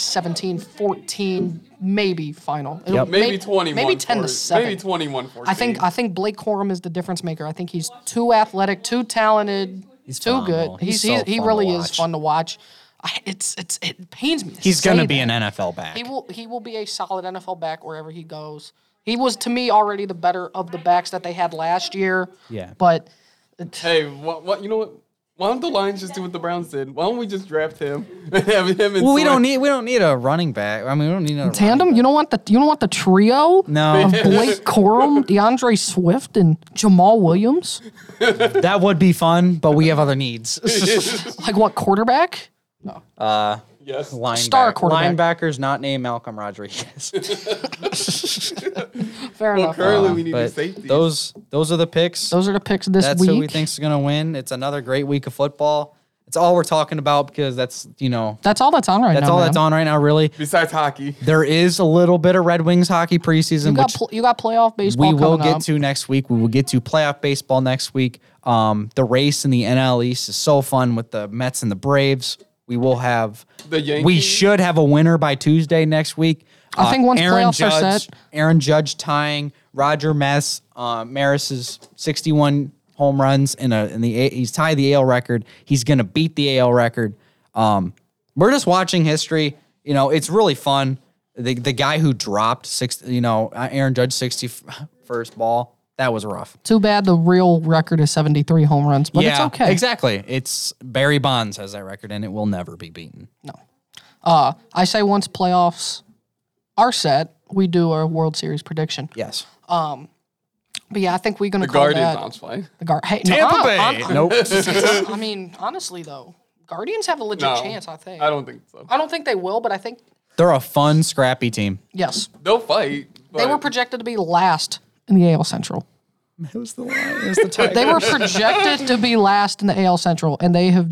[SPEAKER 2] 17-14 maybe final. It'll-
[SPEAKER 3] maybe
[SPEAKER 2] may-
[SPEAKER 3] twenty.
[SPEAKER 2] Maybe 10 to 7.
[SPEAKER 3] Maybe twenty-one. 14.
[SPEAKER 2] I think I think Blake Corum is the difference maker. I think he's too athletic, too talented, he's too
[SPEAKER 1] phenomenal.
[SPEAKER 2] good. He's,
[SPEAKER 1] He's
[SPEAKER 2] he's,
[SPEAKER 1] so
[SPEAKER 2] he
[SPEAKER 1] fun to
[SPEAKER 2] really is
[SPEAKER 1] watch.
[SPEAKER 2] fun to watch. I, it's it's it pains me. to
[SPEAKER 1] He's
[SPEAKER 2] say
[SPEAKER 1] gonna be
[SPEAKER 2] that.
[SPEAKER 1] an NFL back.
[SPEAKER 2] He will he will be a solid NFL back wherever he goes. He was to me already the better of the backs that they had last year.
[SPEAKER 1] Yeah.
[SPEAKER 2] But
[SPEAKER 3] Hey, what? What? You know what? Why don't the Lions just do what the Browns did? Why don't we just draft him and have him? And
[SPEAKER 1] well, we don't
[SPEAKER 3] Sweat?
[SPEAKER 1] need we don't need a running back. I mean, we don't need a
[SPEAKER 2] tandem, you don't want the you don't want the trio
[SPEAKER 1] No,
[SPEAKER 2] of Blake Corum, DeAndre Swift, and Jamal Williams.
[SPEAKER 1] that would be fun, but we have other needs.
[SPEAKER 2] Like what quarterback?
[SPEAKER 3] Yes.
[SPEAKER 2] Star quarterback.
[SPEAKER 1] Linebackers not named Malcolm Rodriguez.
[SPEAKER 2] Fair
[SPEAKER 3] Well,
[SPEAKER 2] enough.
[SPEAKER 3] currently we need a
[SPEAKER 1] but
[SPEAKER 3] safety.
[SPEAKER 1] those those are the picks.
[SPEAKER 2] Those are the picks this
[SPEAKER 1] that's
[SPEAKER 2] week.
[SPEAKER 1] who we think's going to win. It's another great week of football. It's all we're talking about because that's you know
[SPEAKER 2] That's all that's on right
[SPEAKER 1] that's
[SPEAKER 2] now.
[SPEAKER 1] all
[SPEAKER 2] man.
[SPEAKER 1] that's on right now. Really,
[SPEAKER 3] besides hockey.
[SPEAKER 1] there is a little bit of Red Wings hockey preseason,
[SPEAKER 2] You got
[SPEAKER 1] which
[SPEAKER 2] pl- you got playoff baseball.
[SPEAKER 1] we will
[SPEAKER 2] coming
[SPEAKER 1] get
[SPEAKER 2] up.
[SPEAKER 1] to next week. We will get to playoff baseball next week. Um, the race in the NL East is so fun with the Mets and the Braves. We will have
[SPEAKER 3] The
[SPEAKER 1] We
[SPEAKER 3] Yankees.
[SPEAKER 1] should have a winner by Tuesday next week.
[SPEAKER 2] I think once
[SPEAKER 1] Aaron
[SPEAKER 2] playoffs are
[SPEAKER 1] Judge,
[SPEAKER 2] set-
[SPEAKER 1] Aaron Judge tying Roger Maris, uh, Maris's 61 home runs in a in the A- he's tied the AL record. He's gonna beat the AL record. Um, we're just watching history. You know, it's really fun. The the guy who dropped six, you know, uh, Aaron Judge 61st ball that was rough.
[SPEAKER 2] Too bad the real record is 73 home runs, but it's okay.
[SPEAKER 1] exactly. It's Barry Bonds has that record, and it will never be beaten.
[SPEAKER 2] Uh, I say once playoffs are set, we do our World Series prediction.
[SPEAKER 1] Yes.
[SPEAKER 2] But yeah, I think we're going to
[SPEAKER 3] The
[SPEAKER 2] call
[SPEAKER 3] Guardians.
[SPEAKER 2] that
[SPEAKER 3] I'm just playing.
[SPEAKER 2] the guard. Hey,
[SPEAKER 1] Tampa
[SPEAKER 2] no,
[SPEAKER 1] Bay.
[SPEAKER 2] I,
[SPEAKER 1] nope.
[SPEAKER 2] I mean, honestly though, Guardians have a legit
[SPEAKER 3] No.
[SPEAKER 2] chance. I think.
[SPEAKER 3] I don't think so.
[SPEAKER 2] I don't think they will, but I think
[SPEAKER 1] They're a fun, scrappy team.
[SPEAKER 2] yes,
[SPEAKER 3] They'll fight. But
[SPEAKER 2] they were projected to be last in the AL Central.
[SPEAKER 1] It was the line. It was the
[SPEAKER 2] They were projected to be last in the AL Central, and they have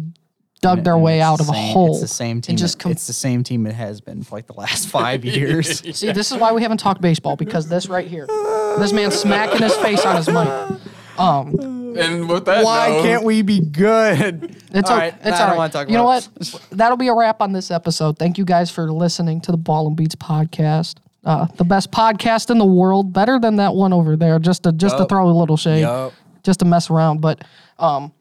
[SPEAKER 2] dug their way out of a hole.
[SPEAKER 1] It's the same
[SPEAKER 2] and
[SPEAKER 1] team.
[SPEAKER 2] just com-
[SPEAKER 1] it's the same team it has been for like the last five years.
[SPEAKER 2] See, this is why we haven't talked baseball because this right here, this man smacking his face on his mic. Um,
[SPEAKER 3] And with that,
[SPEAKER 4] Why
[SPEAKER 3] note-
[SPEAKER 4] can't we be good?
[SPEAKER 2] It's
[SPEAKER 4] all
[SPEAKER 2] o-
[SPEAKER 4] right.
[SPEAKER 2] It's
[SPEAKER 4] nah, I
[SPEAKER 2] all
[SPEAKER 4] don't
[SPEAKER 2] right.
[SPEAKER 4] want to talk
[SPEAKER 2] you
[SPEAKER 4] about
[SPEAKER 2] know
[SPEAKER 4] it.
[SPEAKER 2] what? That'll be a wrap on this episode. Thank you guys for listening to the Ball and Beats podcast. Uh, the best podcast in the world, better than that one over there. Just to just to throw a little shade,
[SPEAKER 1] Yup.
[SPEAKER 2] just to mess around. But um,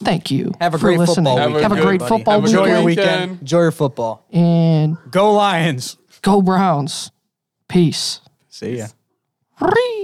[SPEAKER 2] thank you.
[SPEAKER 1] Have a
[SPEAKER 2] for
[SPEAKER 1] great
[SPEAKER 2] listening.
[SPEAKER 1] football
[SPEAKER 2] Have,
[SPEAKER 1] weekend,
[SPEAKER 2] a great
[SPEAKER 1] everybody.
[SPEAKER 2] football
[SPEAKER 3] Have a good
[SPEAKER 2] weekend.
[SPEAKER 4] Enjoy your
[SPEAKER 3] weekend.
[SPEAKER 4] weekend.
[SPEAKER 1] Enjoy your football.
[SPEAKER 2] and
[SPEAKER 4] Go Lions.
[SPEAKER 2] go Browns. Peace.
[SPEAKER 4] See ya.
[SPEAKER 2] Ree.